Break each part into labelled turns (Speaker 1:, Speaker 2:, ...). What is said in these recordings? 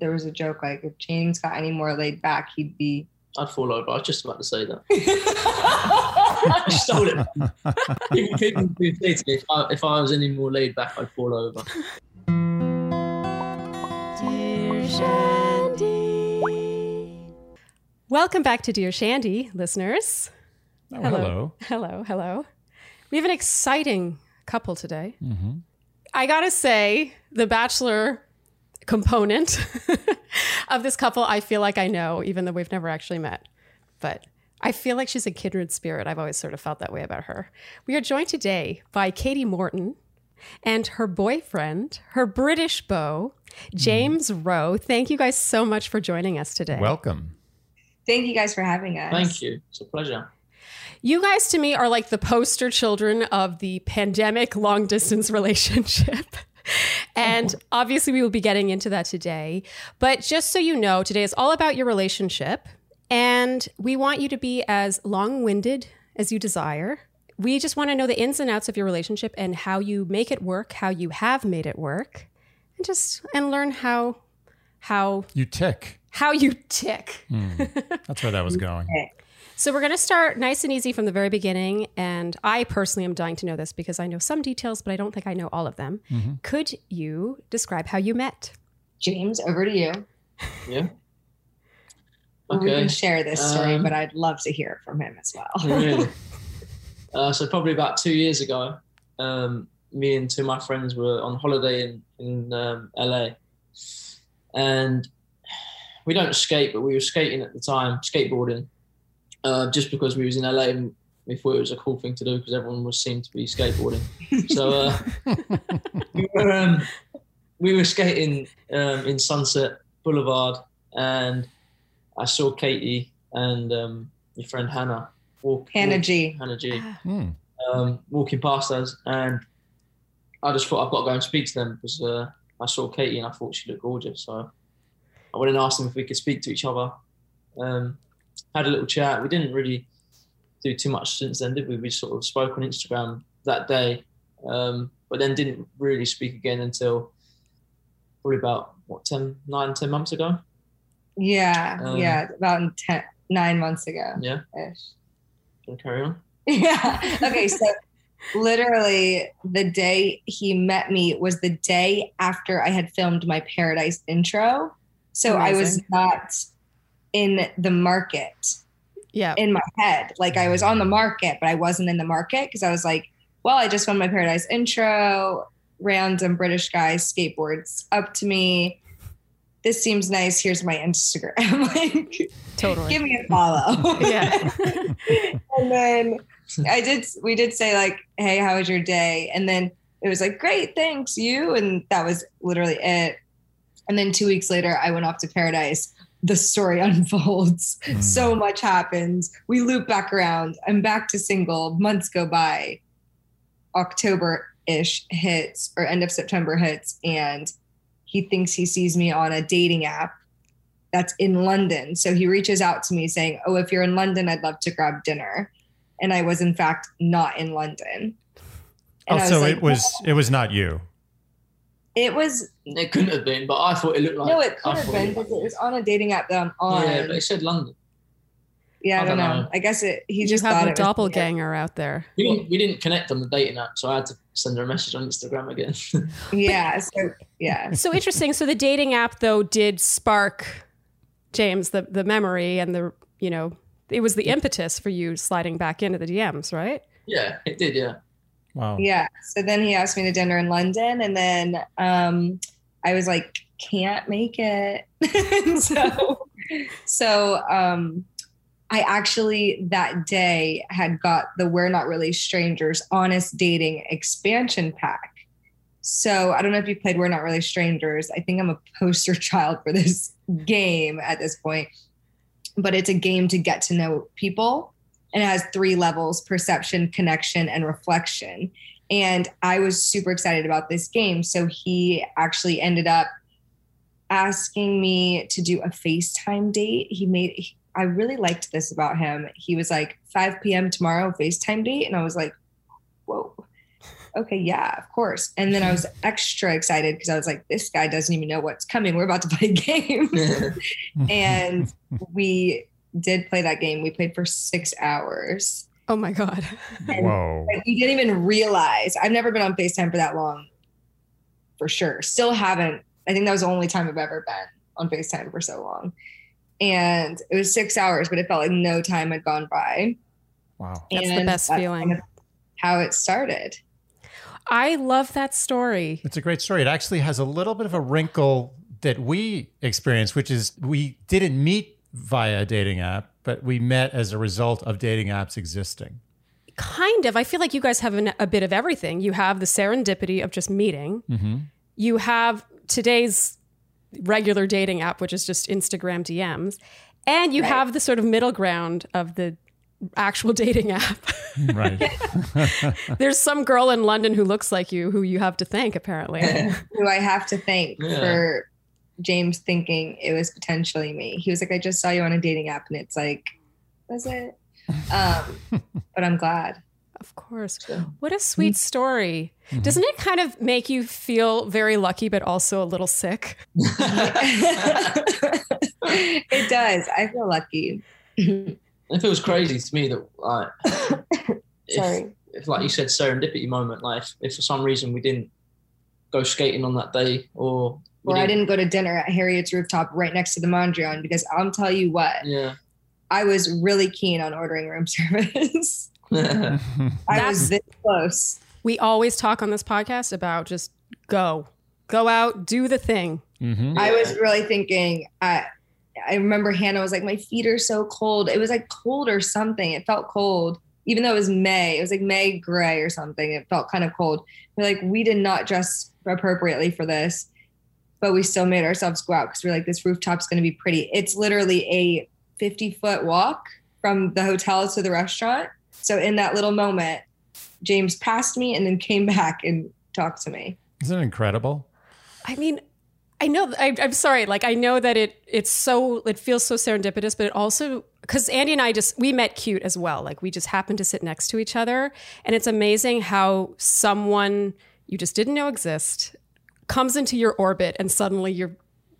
Speaker 1: there was a joke like if James got any more laid back, he'd be.
Speaker 2: I'd fall over. I was just about to say that. I just told it. People, people do say to me, if I, if I was any more laid back, I'd fall over.
Speaker 3: Welcome back to Dear Shandy, listeners.
Speaker 4: Oh,
Speaker 3: Hello.
Speaker 4: hello.
Speaker 3: Hello, hello. We have an exciting couple today.
Speaker 4: Mm-hmm.
Speaker 3: I gotta say, the bachelor component of this couple, I feel like I know, even though we've never actually met. But I feel like she's a kindred spirit. I've always sort of felt that way about her. We are joined today by Katie Morton and her boyfriend, her British beau, James Rowe. Thank you guys so much for joining us today.
Speaker 4: Welcome.
Speaker 1: Thank you guys for having us.
Speaker 2: Thank you. It's a pleasure.
Speaker 3: You guys to me are like the poster children of the pandemic long distance relationship. And obviously, we will be getting into that today. But just so you know, today is all about your relationship. And we want you to be as long winded as you desire. We just want to know the ins and outs of your relationship and how you make it work, how you have made it work, and just and learn how how
Speaker 4: You tick.
Speaker 3: how you tick.
Speaker 4: Hmm. That's where that was going.
Speaker 3: So we're going to start nice and easy from the very beginning. And I personally am dying to know this because I know some details, but I don't think I know all of them.
Speaker 4: Mhm.
Speaker 3: Could you describe how you met?
Speaker 1: James, over to you.
Speaker 2: Yeah.
Speaker 1: We
Speaker 2: Okay.
Speaker 1: can share this story,
Speaker 2: Um,
Speaker 1: but I'd love to hear it from him as well.
Speaker 2: Really? uh, so probably about two years ago, um, me and two of my friends were on holiday in in um, LA, and we don't skate, but we were skating at the time, skateboarding, uh, just because we was in LA and we thought it was a cool thing to do because everyone was seemed to be skateboarding. so uh, we were um, we were skating um, in Sunset Boulevard, and I saw Katie and um, your friend Hannah walk.
Speaker 1: Hannah
Speaker 2: walk-
Speaker 1: G.
Speaker 2: Hannah G.
Speaker 3: Ah.
Speaker 4: Hmm.
Speaker 2: Um, walking past us, and I just thought I've got to go and speak to them because uh, I saw Katie and I thought she looked gorgeous. So I went and asked them if we could speak to each other. Um, had a little chat. We didn't really do too much since then, did we? We sort of spoke on Instagram that day, um, but then didn't really speak again until probably about what 10, 9, 10 months ago.
Speaker 1: Yeah,
Speaker 2: Um,
Speaker 1: yeah, about in ten, nine months ago.
Speaker 2: Yeah,
Speaker 1: Ish.
Speaker 2: can I carry on.
Speaker 1: Yeah. Okay. So literally the day he met me was the day after I had filmed my Paradise intro. So I was
Speaker 3: Amazing.
Speaker 1: not in the market
Speaker 3: Yeah.
Speaker 1: in my head. Like I was on the market, but I wasn't in the market because I was like, well, I just filmed my Paradise intro. Random British guy skateboards up to me. This seems nice. Here's my Instagram. like,
Speaker 3: totally.
Speaker 1: give me a follow.
Speaker 3: yeah.
Speaker 1: and then I did we did say like, hey, how was your day? And then it was like, great, thanks, you. And that was literally it. And then two weeks later, I went off to paradise. The story unfolds.
Speaker 4: Mm.
Speaker 1: So much happens. We loop back around. I'm back to single. Months go by. October ish hits or end of September hits. And he thinks he sees me on a dating app that's in London. So he reaches out to me saying, Oh, if you're in London, I'd love to grab dinner. And I was, in fact, not in London.
Speaker 4: Oh,
Speaker 1: I
Speaker 4: so
Speaker 1: like,
Speaker 4: it was it was not you.
Speaker 1: It was,
Speaker 2: It couldn't have been, but I thought it looked like.
Speaker 1: no, it
Speaker 2: I
Speaker 1: could have
Speaker 2: thought
Speaker 1: been because
Speaker 2: looked
Speaker 1: it
Speaker 2: like-
Speaker 1: was on a dating app that I'm on.
Speaker 2: Yeah,
Speaker 1: Yeah,
Speaker 2: but it said London.
Speaker 1: I, don't know. I guess it, he
Speaker 3: You
Speaker 1: just
Speaker 3: have
Speaker 1: thought
Speaker 3: a
Speaker 1: it was
Speaker 3: doppelganger out there.
Speaker 2: We didn't, we didn't connect on the dating app, so I had to send her a message on Instagram again.
Speaker 1: Yeah. So, yeah.
Speaker 3: So interesting. So the dating app though did spark James the the memory and the you know it was the impetus for you sliding back into the DMs, right?
Speaker 2: yeah, it did. Yeah,
Speaker 4: Wow.
Speaker 1: Yeah. So then he asked me to dinner in London, and then um, I was like, can't make it. And so, so um, I actually that day had got the We're Not Really Strangers Honest Dating expansion pack. So I don't know if you played We're Not Really Strangers. I think I'm a poster child for this game at this point, but it's a game to get to know people. And it has three levels perception, connection, and reflection. And I was super excited about this game. So he actually ended up asking me to do a FaceTime date. He made, he- I really liked this about him. He was like, 5 p.m. tomorrow, FaceTime date. And I was like, whoa. okay, yeah, of course. And then I was extra excited because I was like, this guy doesn't even know what's coming. We're about to play a game. and we did play that game. We played for six hours.
Speaker 3: Oh my God.
Speaker 4: Whoa.
Speaker 1: Like, we didn't even realize. I've never been on FaceTime for that long, for sure. Still haven't. I think that was the only time I've ever been on FaceTime for so long. And it was six hours, but it felt like no time had gone by.
Speaker 4: Wow.
Speaker 3: That's the
Speaker 1: And
Speaker 3: best
Speaker 1: that's
Speaker 3: feeling.
Speaker 1: kind of How it started.
Speaker 3: I love that story.
Speaker 4: It's a great story. It actually has a little bit of a wrinkle that we experienced, which is we didn't meet via a dating app, but we met as a result of dating apps existing.
Speaker 3: Kind of. I feel like you guys have an, a bit of everything. You have the serendipity of just meeting,
Speaker 4: Mm-hmm.
Speaker 3: you have today's regular dating app, which is just Instagram DMs, and you
Speaker 1: Right.
Speaker 3: have the sort of middle ground of the actual dating app.
Speaker 4: Right.
Speaker 3: There's some girl in London who looks like you who you have to thank, apparently.
Speaker 1: who I have to thank
Speaker 2: Yeah.
Speaker 1: for James thinking it was potentially me. He was like, I just saw you on a dating app, and it's like, was it? Um, but I'm glad.
Speaker 3: of course.
Speaker 2: Yeah.
Speaker 3: What a sweet story.
Speaker 4: Mhm.
Speaker 3: Doesn't it kind of make you feel very lucky, but also a little sick?
Speaker 1: it does. I feel lucky. Sorry.
Speaker 2: it feels crazy to me that like if, if like you said serendipity moment, like if, if for some reason we didn't go skating on that day or we
Speaker 1: Or I didn't go to dinner at Harriet's rooftop right next to the Mondrian because I'll tell you what,
Speaker 2: Yeah.
Speaker 1: I was really keen on ordering room service.
Speaker 2: yeah.
Speaker 4: Mm-hmm.
Speaker 1: I was this close.
Speaker 3: We always talk on this podcast about just go, go out, do the thing.
Speaker 4: hmm
Speaker 2: Mm-hmm.
Speaker 1: I was really thinking. I I remember Hannah was like, "My feet are so cold." It was like cold or something. It felt cold, even though it was May. It was like May gray or something. It felt kind of cold. We're like, we did not dress appropriately for this, but we still made ourselves go out because we're like, this rooftop's going to be pretty. It's literally a fifty foot walk from the hotel to the restaurant. So in that little moment, James passed me and then came back and talked to me.
Speaker 4: Isn't it incredible?
Speaker 3: I mean, I know. I, I'm sorry. Like I know that it it's so it feels so serendipitous, but it also because Andy and I just we met cute as well. Like we just happened to sit next to each other, and it's amazing how someone you just didn't know exist comes into your orbit, and suddenly you're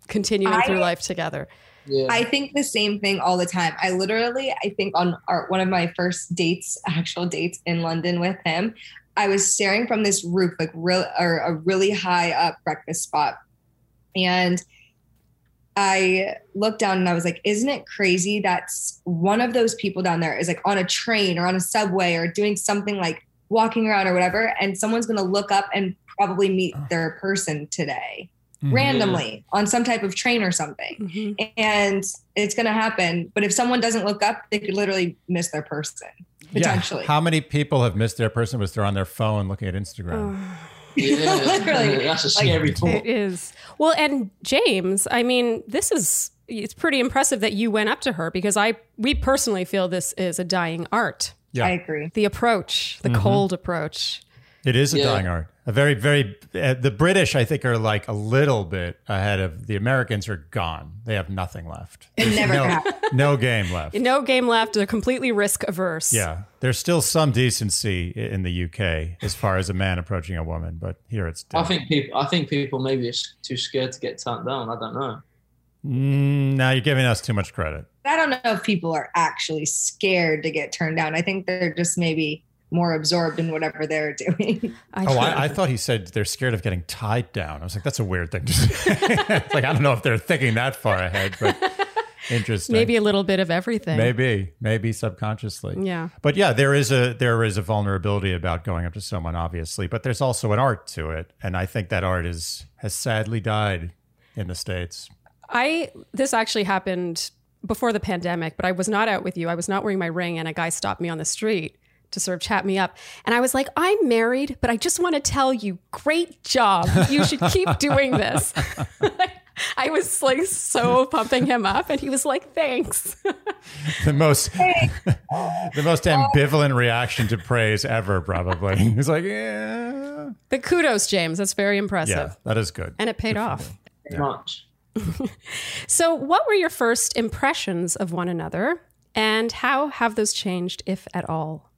Speaker 3: continuing
Speaker 1: I-
Speaker 3: through life together.
Speaker 2: Yeah.
Speaker 1: I think the same thing all the time. I literally, I think on our, one of my first dates, actual dates in London with him, I was staring from this roof, like real or a really high up breakfast spot, and I looked down and I was like, "Isn't it crazy that s- one of those people down there is like on a train or on a subway or doing something like walking around or whatever, and someone's going to look up and probably meet their person today."
Speaker 4: Mhm.
Speaker 1: randomly on some type of train or something
Speaker 3: Mhm.
Speaker 1: and it's going to happen. But if someone doesn't look up, they could literally miss their person potentially.
Speaker 4: How many people have missed their person because they're on their phone looking at Instagram?
Speaker 2: yeah.
Speaker 1: Literally,
Speaker 2: That's a scary
Speaker 3: It
Speaker 2: thought.
Speaker 3: is. Well, and James, I mean, this is it's pretty impressive that you went up to her because I we personally feel this is a dying art.
Speaker 4: Yeah.
Speaker 1: I agree.
Speaker 3: The approach, the
Speaker 4: Mhm.
Speaker 3: cold approach.
Speaker 4: It is a
Speaker 2: Yeah.
Speaker 4: dying art. A very, very. Uh, the British, I think, are like a little bit ahead of the Americans. Are gone. They have nothing left.
Speaker 1: It never
Speaker 4: no,
Speaker 1: happened.
Speaker 4: no game left.
Speaker 3: No game left. They're completely risk averse.
Speaker 4: Yeah, there's still some decency i- in the UK as far as a man approaching a woman, but here it's.
Speaker 2: I
Speaker 4: Different.
Speaker 2: think people. I think people maybe are s- too scared to get turned down. I don't know.
Speaker 4: Mm, now you're giving us too much credit.
Speaker 1: I don't know if people are actually scared to get turned down. I think they're just maybe more absorbed in whatever they're doing.
Speaker 3: I
Speaker 4: Oh,
Speaker 3: think-
Speaker 4: I, I thought he said they're scared of getting tied down. I was like, that's a weird thing to say. It's like I don't know if they're thinking that far ahead, but interesting.
Speaker 3: maybe a little bit of everything.
Speaker 4: maybe, maybe subconsciously.
Speaker 3: Yeah.
Speaker 4: But yeah, there is a there is a vulnerability about going up to someone, obviously, but there's also an art to it, and I think that art is has sadly died in the states.
Speaker 3: I this actually happened before the pandemic, but I was not out with you. I was not wearing my ring and a guy stopped me on the street to sort of chat me up. And I was like, "I'm married, but I just want to tell you, great job. You should keep doing this." I was like so pumping him up and he was like, "Thanks."
Speaker 4: The most the most ambivalent reaction to praise ever, probably. It's like, yeah,
Speaker 3: But kudos, James. That's very impressive.
Speaker 4: yeah, that is good.
Speaker 3: And it paid off.
Speaker 2: Pretty Much.
Speaker 3: So, what were your first impressions of one another, and how have those changed, if at all?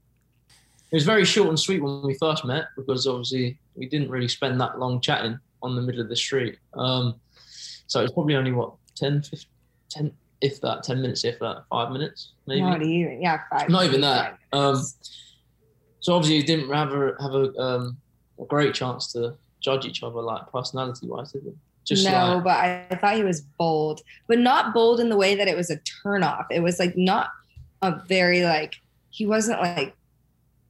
Speaker 2: It was very short and sweet when we first met because obviously we didn't really spend that long chatting on the middle of the street. Um, so it's probably only what 10, 15, 10, if that, ten minutes, if that, five minutes, maybe.
Speaker 1: Not even, yeah, five.
Speaker 2: Not even that. Um,
Speaker 1: five minutes.
Speaker 2: so obviously you didn't have a have a, um, a great chance to judge each other like personality wise, did you? Just
Speaker 1: no,
Speaker 2: like
Speaker 1: but I, I thought he was bold, but not bold in the way that it was a turnoff. It was like not a very like he wasn't like,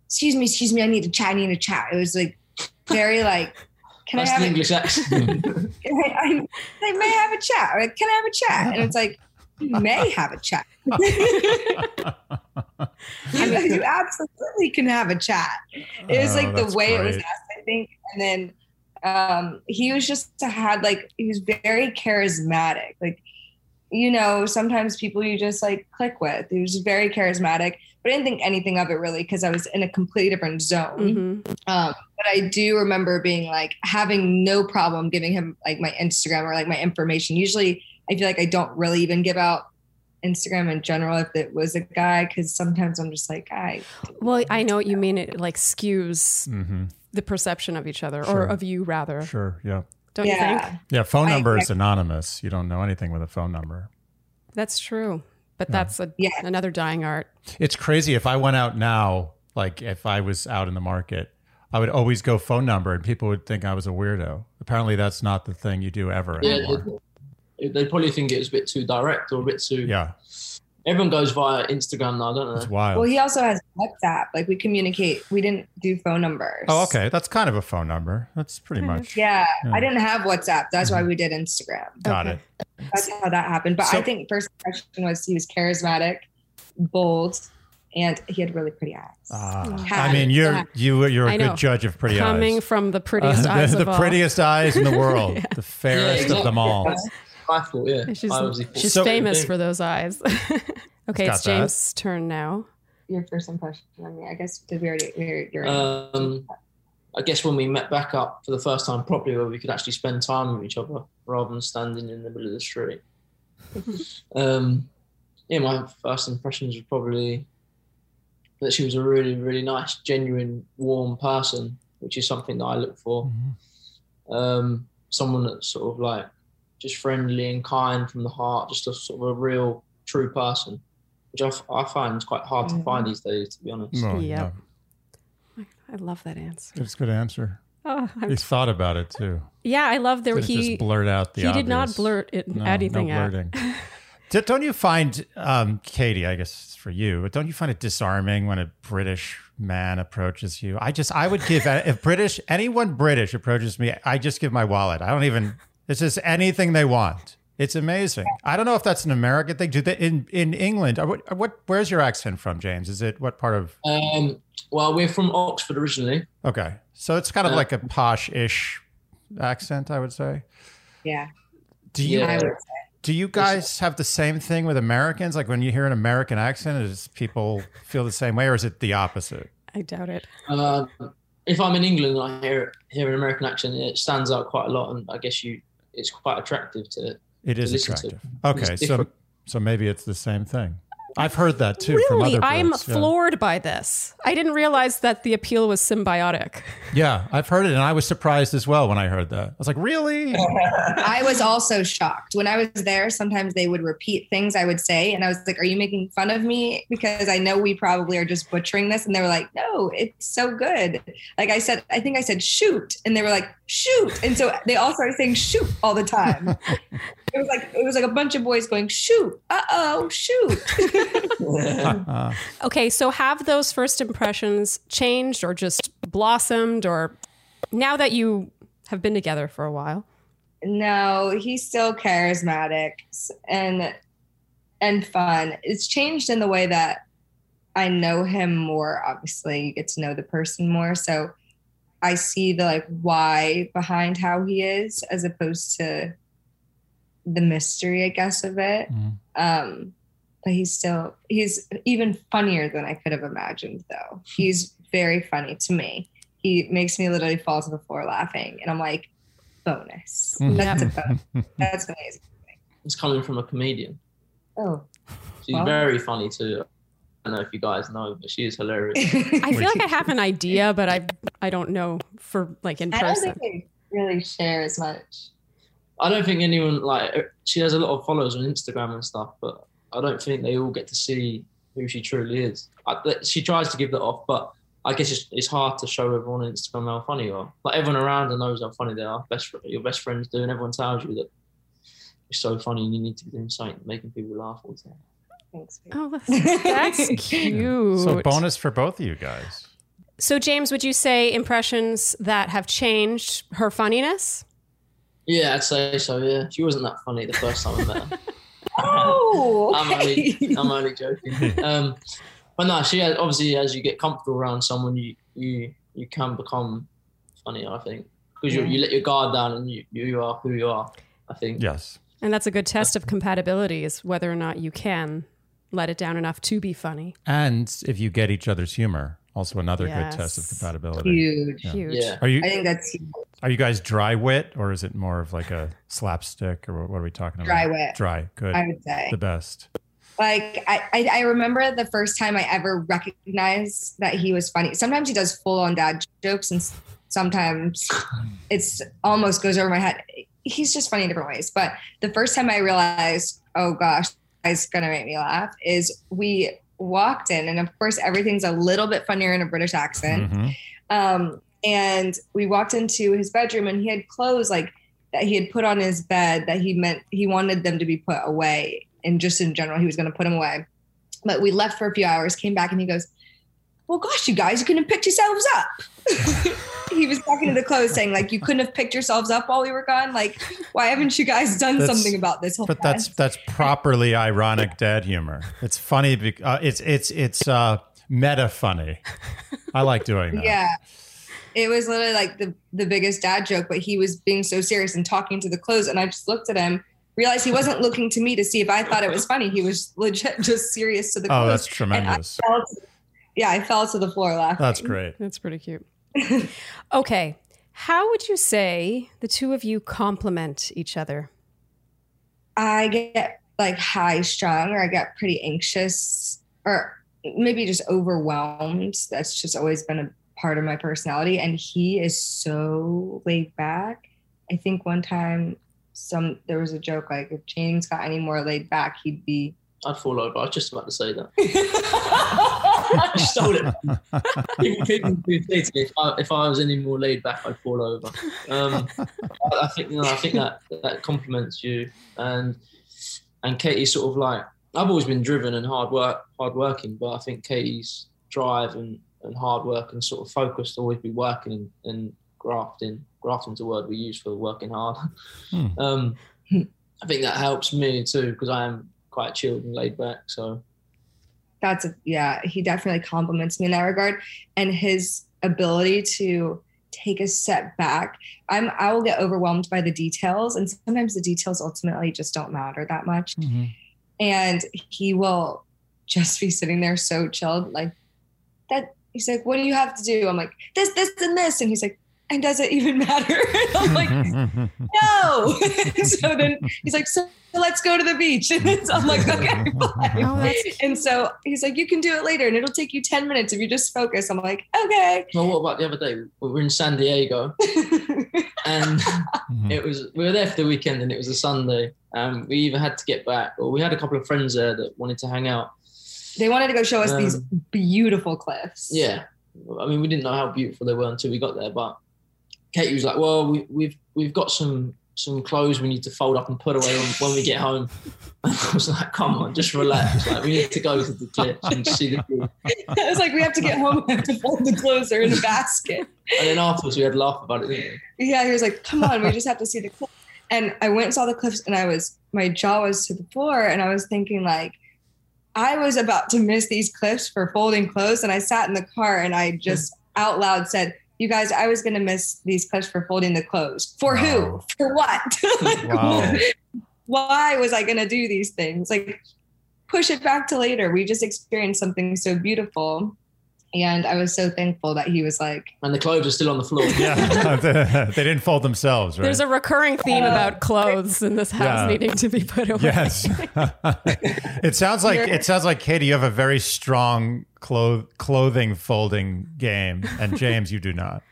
Speaker 1: excuse me, excuse me, I need to chat, I need to chat. It was like very like, can I
Speaker 2: that's
Speaker 1: have
Speaker 2: the
Speaker 1: a,
Speaker 2: English accent.
Speaker 1: I, I, I may have a chat. Or, can I have a chat? And it's like, you may have a chat.
Speaker 3: Mm-hmm.
Speaker 1: you, you absolutely can have a chat. It
Speaker 4: Oh,
Speaker 1: was like the way it was asked, I think. And then um, he was just had like he was very charismatic. Like you know, sometimes people you just like click with. He was very charismatic, but I didn't think anything of it really because I was in a completely different zone.
Speaker 3: Mhm.
Speaker 1: Um, but I do remember being like having no problem giving him like my Instagram or like my information. Usually, I feel like I don't really even give out Instagram in general if it was a guy because sometimes I'm just like, I
Speaker 3: Well, I know what you mean. It like skews
Speaker 4: hmm
Speaker 3: the perception of each other or
Speaker 4: Sure.
Speaker 3: of you rather.
Speaker 4: Sure. Yeah.
Speaker 3: Don't you think?
Speaker 1: yeah,
Speaker 4: Yeah. Phone
Speaker 1: I-
Speaker 4: number is anonymous. You don't know anything with a phone number.
Speaker 3: That's true. But
Speaker 4: Yeah.
Speaker 3: that's a,
Speaker 1: Yeah.
Speaker 3: another dying art.
Speaker 4: It's crazy. If I went out now, like if I was out in the market, I would always go phone number and people would think I was a weirdo. Apparently, that's not the thing you do ever
Speaker 2: yeah,
Speaker 4: anymore.
Speaker 2: they, they probably think it was a bit too direct or a bit too.
Speaker 4: Yeah.
Speaker 2: Everyone goes via Instagram now, don't
Speaker 4: It's
Speaker 2: they?
Speaker 4: wild.
Speaker 1: Well, he also has WhatsApp. Like we communicate. We didn't do phone numbers.
Speaker 4: oh, okay. Hmm. That's kind of a phone number. That's pretty
Speaker 3: Kind of.
Speaker 4: much.
Speaker 1: Yeah,
Speaker 4: Yeah.
Speaker 1: I didn't have WhatsApp. That's why we did Instagram.
Speaker 4: Got
Speaker 3: Okay.
Speaker 4: it.
Speaker 1: That's how that happened. But
Speaker 4: Hmm. So-
Speaker 1: I think first impression was he was charismatic, bold, and he had really pretty eyes.
Speaker 4: Ah.
Speaker 1: Cat.
Speaker 4: I mean, you're
Speaker 1: Cat.
Speaker 4: you were- you're
Speaker 3: I
Speaker 4: a
Speaker 3: know.
Speaker 4: good judge of pretty
Speaker 3: Coming
Speaker 4: eyes.
Speaker 3: from the prettiest
Speaker 4: Uh,
Speaker 3: eyes
Speaker 4: the,
Speaker 3: of
Speaker 4: the
Speaker 3: all.
Speaker 4: prettiest eyes in the world, the fairest of them all.
Speaker 2: That's my fault, yeah.
Speaker 3: She's,
Speaker 2: I obviously thought-
Speaker 3: she's
Speaker 4: So-
Speaker 3: famous for those eyes. okay,
Speaker 4: Got
Speaker 3: it's James' turn now.
Speaker 1: Your first impression on me. I guess did we already we already- you're
Speaker 2: Um, I guess when we met back up for the first time properly, where we could actually spend time with each other rather than standing in the middle of the street. um, yeah, my first impressions were probably that she was a really, really nice, genuine, warm person, which is something that I look for.
Speaker 4: Mhm.
Speaker 2: um, someone that's sort of like just friendly and kind from the heart, just a sort of a real true person, which I, f- I find is quite hard to
Speaker 1: Mhm.
Speaker 2: find these days, to be honest.
Speaker 4: Oh,
Speaker 3: Yeah.
Speaker 4: yeah.
Speaker 3: I love that answer.
Speaker 4: That's a good answer.
Speaker 3: Oh, I'm-
Speaker 4: He thought about it too.
Speaker 3: yeah, I love that
Speaker 4: Didn't
Speaker 3: he
Speaker 4: just blurt out the
Speaker 3: he did not
Speaker 4: obvious.
Speaker 3: blurt it,
Speaker 4: No,
Speaker 3: anything
Speaker 4: no
Speaker 3: out.
Speaker 4: blurting. D- don't you find, um, Katie? I guess it's for you, but don't you find it disarming when a British man approaches you? I just, I would give if British anyone British approaches me, I just give my wallet. I don't even. It's just anything they want. It's amazing. I don't know if that's an American thing. Do they in in England? uh, What, what where's your accent from, James? Is it what part of?
Speaker 2: Um, well, we're from Oxford originally.
Speaker 4: Okay, so it's kind of
Speaker 2: Uh,
Speaker 4: like a posh-ish accent, I would say.
Speaker 1: yeah.
Speaker 4: Do you
Speaker 1: I
Speaker 2: Yeah.
Speaker 1: would
Speaker 4: Do you guys have the same thing with Americans? Like when you hear an American accent, does people feel the same way, or is it the opposite?
Speaker 3: I doubt it.
Speaker 2: Um if I'm in England and I hear hear an American accent, it stands out quite a lot, and I guess you it's quite attractive to it.
Speaker 4: It is
Speaker 2: Listen to-
Speaker 4: attractive. Okay,
Speaker 2: it's
Speaker 4: so
Speaker 2: different.
Speaker 4: so maybe it's the same thing. I've heard that too from
Speaker 3: really,
Speaker 4: other.
Speaker 3: I'm
Speaker 4: groups, yeah.
Speaker 3: floored by this. I didn't realize that the appeal was symbiotic.
Speaker 4: Yeah, I've heard it, and I was surprised as well when I heard that. I was like, really?
Speaker 1: I was also shocked when I was there. Sometimes they would repeat things I would say, and I was like, "Are you making fun of me?" Because I know we probably are just butchering this. And they were like, "No, it's so good." Like I said, I think I said "shoot," and they were like, "Shoot!" And so they all started saying "shoot" all the time. it was like it was like a bunch of boys going "shoot," "uh oh," "shoot."
Speaker 4: Uh,
Speaker 3: Okay, so have those first impressions changed or just blossomed or now that you have been together for a while?
Speaker 1: No, he's still charismatic s- and and fun. It's changed in the way that I know him more. Obviously, you get to know the person more, so I see the like why behind how he is, as opposed to the mystery, I guess, of it.
Speaker 4: Mhm.
Speaker 1: Um, but he's still he's even funnier than I could have imagined, though. He's very funny to me. He makes me literally fall to the floor laughing, and I'm like, bonus. That's a bonus. That's amazing.
Speaker 2: It's coming from a comedian.
Speaker 1: Oh,
Speaker 2: She's
Speaker 1: Wow.
Speaker 2: very funny too. don't know if you guys know, but she is hilarious.
Speaker 3: I feel like I have an idea, but I I don't know for like in
Speaker 1: I don't
Speaker 3: person.
Speaker 1: think they really share as much.
Speaker 2: I don't think anyone like she has a lot of followers on Instagram and stuff, but I don't think they all get to see who she truly is. I, that- she tries to give that off, but I guess it's, it's hard to show everyone on Instagram how funny you are. Like everyone around her knows how funny they are. Best fr- your best friends do, and everyone tells you that it's so funny and you need to be doing something making people laugh all the time.
Speaker 1: Thanks. babe.
Speaker 3: Oh, that's, that's cute.
Speaker 4: So bonus for both of you guys.
Speaker 3: So James, would you say impressions that have changed her funniness?
Speaker 2: Yeah, I'd say so. Yeah, she wasn't that funny the first time I met her.
Speaker 1: Oh,
Speaker 2: I'm
Speaker 1: okay.
Speaker 2: only, I'm only joking. Um, but no, she had, obviously as you get comfortable around someone, you you you can become funny. I think because you
Speaker 1: Yeah.
Speaker 2: you let your guard down and you you are who you are. I think.
Speaker 4: Yes.
Speaker 3: And that's a good test of compatibility is whether or not you can let it down enough to be funny.
Speaker 4: And if you get each other's humor, also another good test of
Speaker 3: Yes.
Speaker 4: compatibility.
Speaker 1: huge.
Speaker 4: Yeah.
Speaker 3: Huge.
Speaker 2: Yeah.
Speaker 4: Are you
Speaker 1: I think that's huge.
Speaker 4: are you guys dry wit or is it more of like a slapstick or what- what are we talking about?
Speaker 1: dry wit.
Speaker 4: Dry. Good.
Speaker 1: I would say.
Speaker 4: the best.
Speaker 1: Like I, I, I remember the first time I ever recognized that he was funny. Sometimes he does full on dad jokes, and s- sometimes it's almost goes over my head. He's just funny in different ways. But the first time I realized, oh gosh, he's gonna make me laugh, is we walked in, and of course everything's a little bit funnier in a British accent.
Speaker 4: Mhm.
Speaker 1: Um, and we walked into his bedroom and he had clothes like that he had put on his bed that he meant he wanted them to be put away. And just in general, he was going to put them away. But we left for a few hours, came back, and he goes, Well, gosh, you guys, you couldn't have picked yourselves up. he was talking to the clothes saying, like, you couldn't have picked yourselves up while we were gone. Like, why haven't you guys done
Speaker 4: That's-
Speaker 1: something about this whole
Speaker 4: But that's
Speaker 1: mess?"
Speaker 4: that's properly ironic dad humor. It's funny. Be- uh, it's it's it's uh, meta funny. I like doing that.
Speaker 1: Yeah. It was literally like the, the biggest dad joke, but he was being so serious and talking to the clothes. And I just looked at him, realized he wasn't looking to me to see if I thought it was funny. He was legit just serious to the
Speaker 4: Oh, that's
Speaker 1: clothes.
Speaker 4: tremendous.
Speaker 1: Fell to- yeah, I fell to the floor laughing.
Speaker 4: That's great.
Speaker 3: That's pretty cute. okay. How would you say the two of you complement each other?
Speaker 1: I get like high strung or I get pretty anxious or maybe just overwhelmed. That's just always been a part of my personality. And he is so laid back. I think one time some there was a joke like if James got any more laid back, he'd be
Speaker 2: I'd fall over. I was just about to say that. I stole it. People, people do say to me, if I, if I was any more laid back, I'd fall over. Um, I, I think you know, I think that that compliments you and and Katie's sort of like I've always been driven and hard work hard working, but I think Katie's drive and, and hard work and sort of focus to always be working and, and grafting. Grafting's a word we use for working hard.
Speaker 4: Hmm.
Speaker 2: Um, I think that helps me too because I am quite chilled and laid back. So
Speaker 1: that's a, yeah he definitely compliments me in that regard and his ability to take a step back i'm i will get overwhelmed by the details and sometimes the details ultimately just don't matter that much
Speaker 4: Mhm.
Speaker 1: and he will just be sitting there so chilled like that he's like what do you have to do i'm like this this and this and he's like and does it even matter And i'm
Speaker 4: Mm-hmm.
Speaker 1: like no so then he's like so let's go to the beach and so i'm like okay fine
Speaker 3: Oh, that's
Speaker 1: and so he's like, you can do it later and it'll take you 10 minutes if you just focus. I'm like, okay.
Speaker 2: well, what about the other day? We were in San Diego and.
Speaker 4: Mhm.
Speaker 2: It was we were there for the weekend and it was a Sunday. Um, we either had to get back or we had a couple of friends there that wanted to hang out.
Speaker 1: they wanted to go show us these
Speaker 2: Um,
Speaker 1: beautiful cliffs.
Speaker 2: Yeah, I mean we didn't know how beautiful they were until we got there. But Katie was like, "Well, we, we've we've got some some clothes we need to fold up and put away when, when we get home." And I was like, "Come on, just relax. Like we need to go to the cliffs and see the view."
Speaker 1: I was like, we have to get home. We have to fold the clothes. They're in a basket.
Speaker 2: And then afterwards we had a laugh about it. Didn't we?
Speaker 1: Yeah. He was like, come on, we just have to see the cliffs. And I went and saw the cliffs and I was, my jaw was to the floor and I was thinking like, I was about to miss these cliffs for folding clothes. And I sat in the car and I just out loud said, you guys, I was going to miss these cliffs for folding the clothes. For who?
Speaker 4: Wow.
Speaker 1: For what? Like,
Speaker 4: Wow.
Speaker 1: why was I going to do these things? Like, push it back to later. We just experienced something so beautiful. And I was so thankful that he was like,
Speaker 2: And the clothes are still on the floor.
Speaker 4: Yeah, they didn't fold themselves, right?
Speaker 3: There's a recurring theme
Speaker 1: Uh,
Speaker 3: about clothes in this house
Speaker 4: Yeah.
Speaker 3: needing to be put away.
Speaker 4: yes. it sounds like it sounds like Katie. You have a very strong clo- clothing folding game, and James, you do not.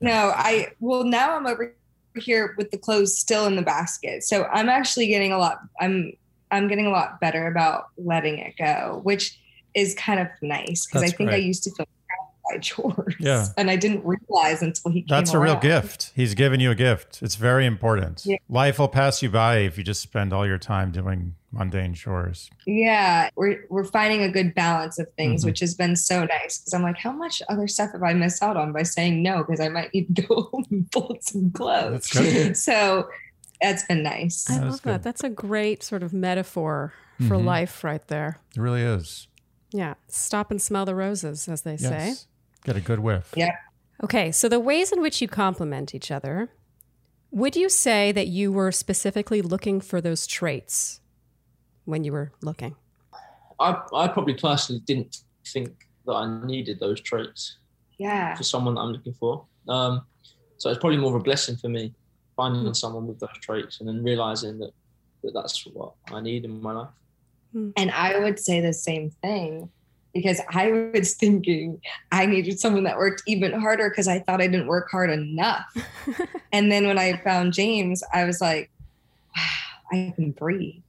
Speaker 1: No, I well now I'm over here with the clothes still in the basket. So I'm actually getting a lot I'm I'm getting a lot better about letting it go, which is kind of nice because I
Speaker 4: That's
Speaker 1: think I
Speaker 4: great.
Speaker 1: used to feel trapped by chores.
Speaker 4: Yeah.
Speaker 1: And I didn't realize until he came
Speaker 4: That's a real
Speaker 1: around.
Speaker 4: gift. He's given you a gift. It's very important.
Speaker 1: Yeah.
Speaker 4: Life will pass you by if you just spend all your time doing mundane chores.
Speaker 1: Yeah. We're we're finding a good balance of things,
Speaker 4: Mhm.
Speaker 1: which has been so nice. Cause I'm like, how much other stuff have I missed out on by saying no? Because I might need to go home and fold some clothes.
Speaker 4: That's good.
Speaker 1: So that's been nice.
Speaker 3: I
Speaker 4: That was
Speaker 3: love that.
Speaker 4: good.
Speaker 3: That's a great sort of metaphor for
Speaker 4: Mhm.
Speaker 3: life right there.
Speaker 4: It really is.
Speaker 3: Yeah. Stop and smell the roses, as they say.
Speaker 4: Yes. Get a good whiff.
Speaker 1: Yeah.
Speaker 3: Okay. So, the ways in which you compliment each other, would you say that you were specifically looking for those traits when you were looking?
Speaker 2: I, I probably personally didn't think that I needed those traits
Speaker 1: yeah.
Speaker 2: for someone that I'm looking for. Um, so it's probably more of a blessing for me finding someone with those traits and then realizing that, that that's what I need in my life.
Speaker 1: And I would say the same thing because I was thinking I needed someone that worked even harder because I thought I didn't work hard enough. and then when I found James, I was like, wow, I can breathe.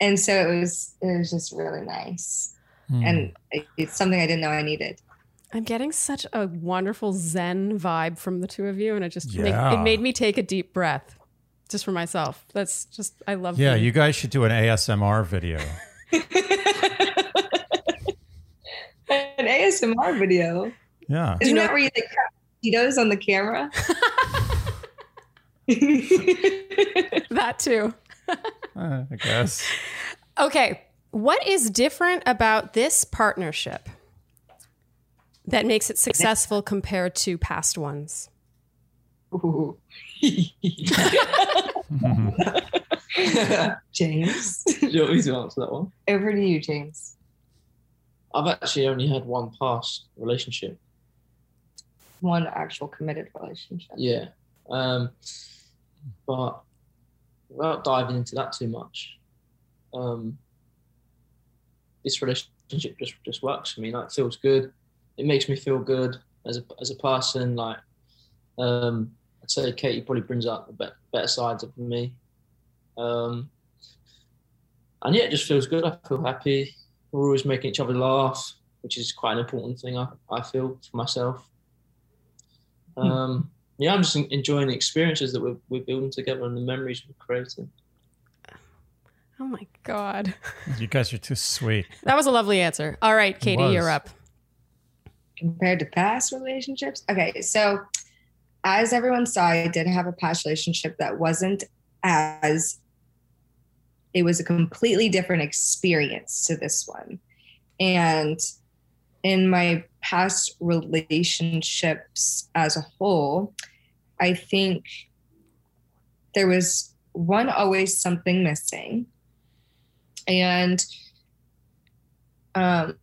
Speaker 1: And so it was it was just really nice.
Speaker 4: Mm.
Speaker 1: And it, it's something I didn't know I needed.
Speaker 3: I'm getting such a wonderful Zen vibe from the two of you, and it just make,
Speaker 4: Yeah.
Speaker 3: it made me take a deep breath, just for myself. That's just I love.
Speaker 4: yeah, you guys should do an ASMR video.
Speaker 1: An ASMR video.
Speaker 4: Yeah.
Speaker 1: Isn't
Speaker 3: know-
Speaker 1: that where you like crack Cheetos on the camera?
Speaker 3: that too.
Speaker 4: Uh, I guess.
Speaker 3: Okay, what is different about this partnership that makes it successful compared to past ones?
Speaker 1: Ooh.
Speaker 4: Mhm.
Speaker 1: James.
Speaker 2: Do you want me to answer that one?
Speaker 1: Over to you, James.
Speaker 2: I've actually only had one past relationship.
Speaker 1: One actual committed relationship.
Speaker 2: Yeah. Um, but without diving into that too much, um, this relationship just, just works for me. Like, it feels good. It makes me feel good as a, as a person. Like, um, I'd say Katie probably brings out the be- better sides of me. Um, and yeah, it just feels good. I feel happy. We're always making each other laugh, which is quite an important thing, I, I feel, for myself. Um, yeah, I'm just en- enjoying the experiences that we're, we're building together and the memories we're creating.
Speaker 3: Oh my God.
Speaker 4: You guys are too sweet.
Speaker 3: That was a lovely answer. All right, Katie,
Speaker 4: was.
Speaker 3: you're up.
Speaker 1: Compared to past relationships. Okay, so as everyone saw, I did have a past relationship that wasn't as it was a completely different experience to this one. And in my past relationships as a whole, I think there was one always something missing. And um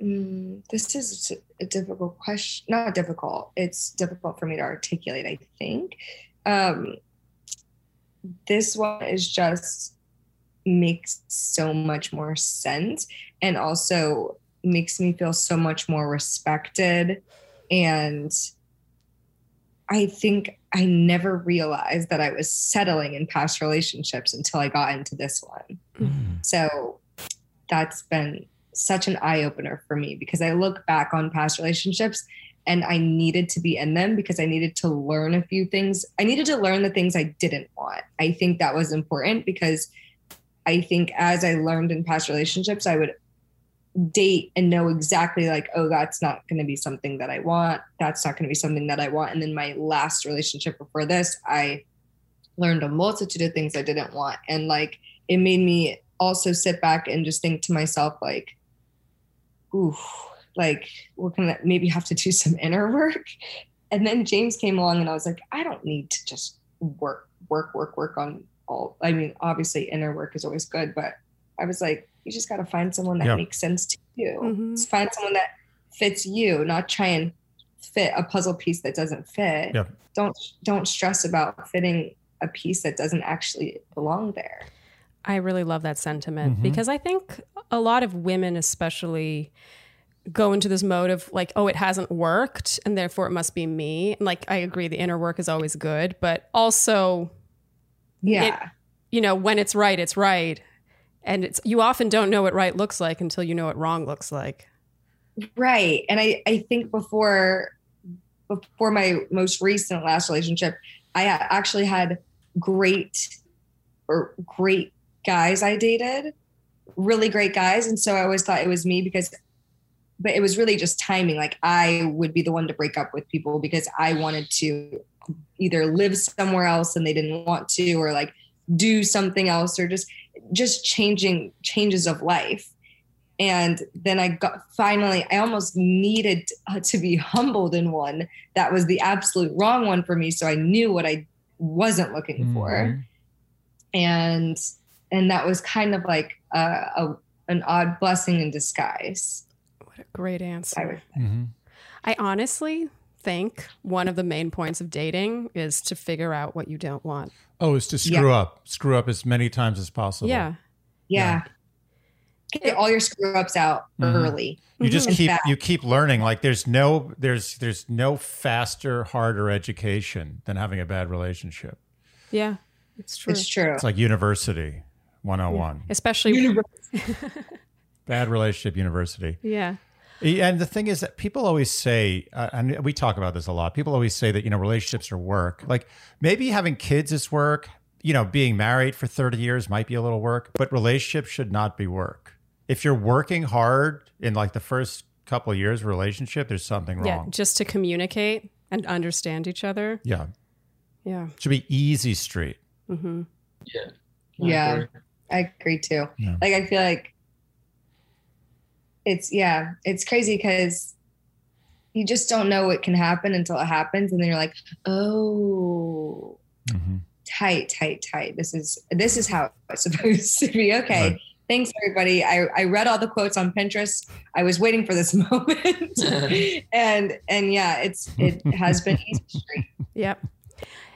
Speaker 1: mm, this is a difficult question. Not difficult. It's difficult for me to articulate, I think. Um this one is just makes so much more sense and also makes me feel so much more respected and i think i never realized that i was settling in past relationships until i got into this one
Speaker 4: Mm.
Speaker 1: so that's been such an eye opener for me because I look back on past relationships and I needed to be in them because I needed to learn a few things. I needed to learn the things I didn't want. I think that was important because I think as I learned in past relationships, I would date and know exactly like, oh, that's not going to be something that I want. That's not going to be something that I want. And then my last relationship before this, I learned a multitude of things I didn't want. And like, it made me also sit back and just think to myself, like, ooh, like we're gonna maybe have to do some inner work. And then James came along and I was like, I don't need to just work, work, work, work on all. I mean, obviously inner work is always good, but I was like, you just got to find someone that
Speaker 4: Yeah.
Speaker 1: makes sense to you.
Speaker 3: Mhm.
Speaker 1: Just find someone that fits you, not try and fit a puzzle piece that doesn't fit.
Speaker 4: Yeah.
Speaker 1: Don't don't stress about fitting a piece that doesn't actually belong there.
Speaker 3: I really love that sentiment
Speaker 4: Mhm.
Speaker 3: because I think a lot of women, especially, go into this mode of like, oh, it hasn't worked, and therefore it must be me. And like, I agree, the inner work is always good, but also,
Speaker 1: Yeah.
Speaker 3: you know, when it's right, it's right. And it's you often don't know what right looks like until you know what wrong looks like.
Speaker 1: Right. And I, I think before before my most recent last relationship, I a- actually had great or great guys I dated, really great guys. And so I always thought it was me because but it was really just timing. Like I would be the one to break up with people because I wanted to either live somewhere else and they didn't want to or like do something else or just just changing changes of life and then i got finally i almost needed uh, to be humbled in one that was the absolute wrong one for me so i knew what i wasn't looking
Speaker 4: Mm-hmm.
Speaker 3: Mm-hmm.
Speaker 1: for and and that was kind of like a, a an odd blessing in disguise
Speaker 3: What a great answer.
Speaker 1: i would
Speaker 4: Mhm.
Speaker 3: I honestly think one of the main points of dating is to figure out what you don't want.
Speaker 4: Oh, is to
Speaker 1: Yeah.
Speaker 4: screw up, screw up as many times as possible.
Speaker 3: yeah.
Speaker 1: yeah, get all your screw ups out
Speaker 4: Mhm.
Speaker 1: early
Speaker 4: you just
Speaker 1: Mhm.
Speaker 4: keep
Speaker 1: Exactly.
Speaker 4: you keep learning. Like there's no there's there's no faster, harder education than having a bad relationship.
Speaker 3: Mm-hmm. Yeah. It's true.
Speaker 1: it's true
Speaker 4: It's like university 101.
Speaker 3: Hmm. Especially
Speaker 4: Bad relationship university. E,
Speaker 3: Yeah.
Speaker 4: And the thing is that people always say, uh, and we talk about this a lot. People always say that you know relationships are work. Like maybe having kids is work. You know, being married for thirty years might be a little work, but relationships should not be work. If you're working hard in like the first couple of years of relationship, there's something
Speaker 3: Yeah,
Speaker 4: wrong.
Speaker 3: just to communicate and understand each other.
Speaker 4: Yeah,
Speaker 3: Yeah.
Speaker 4: it should be easy street.
Speaker 3: Mm-hmm.
Speaker 2: Yeah.
Speaker 1: Yeah. I agree too.
Speaker 4: Yeah.
Speaker 1: Like I feel like it's yeah, it's crazy because you just don't know what can happen until it happens, and then you're like, oh,
Speaker 3: Mm-hmm.
Speaker 4: Mhm.
Speaker 1: tight, tight, tight. This is this is how it's supposed to be. Okay.
Speaker 4: Right.
Speaker 1: Thanks everybody. I, I read all the quotes on Pinterest. I was waiting for this moment. and and yeah, it's it has been easy street.
Speaker 3: Yep.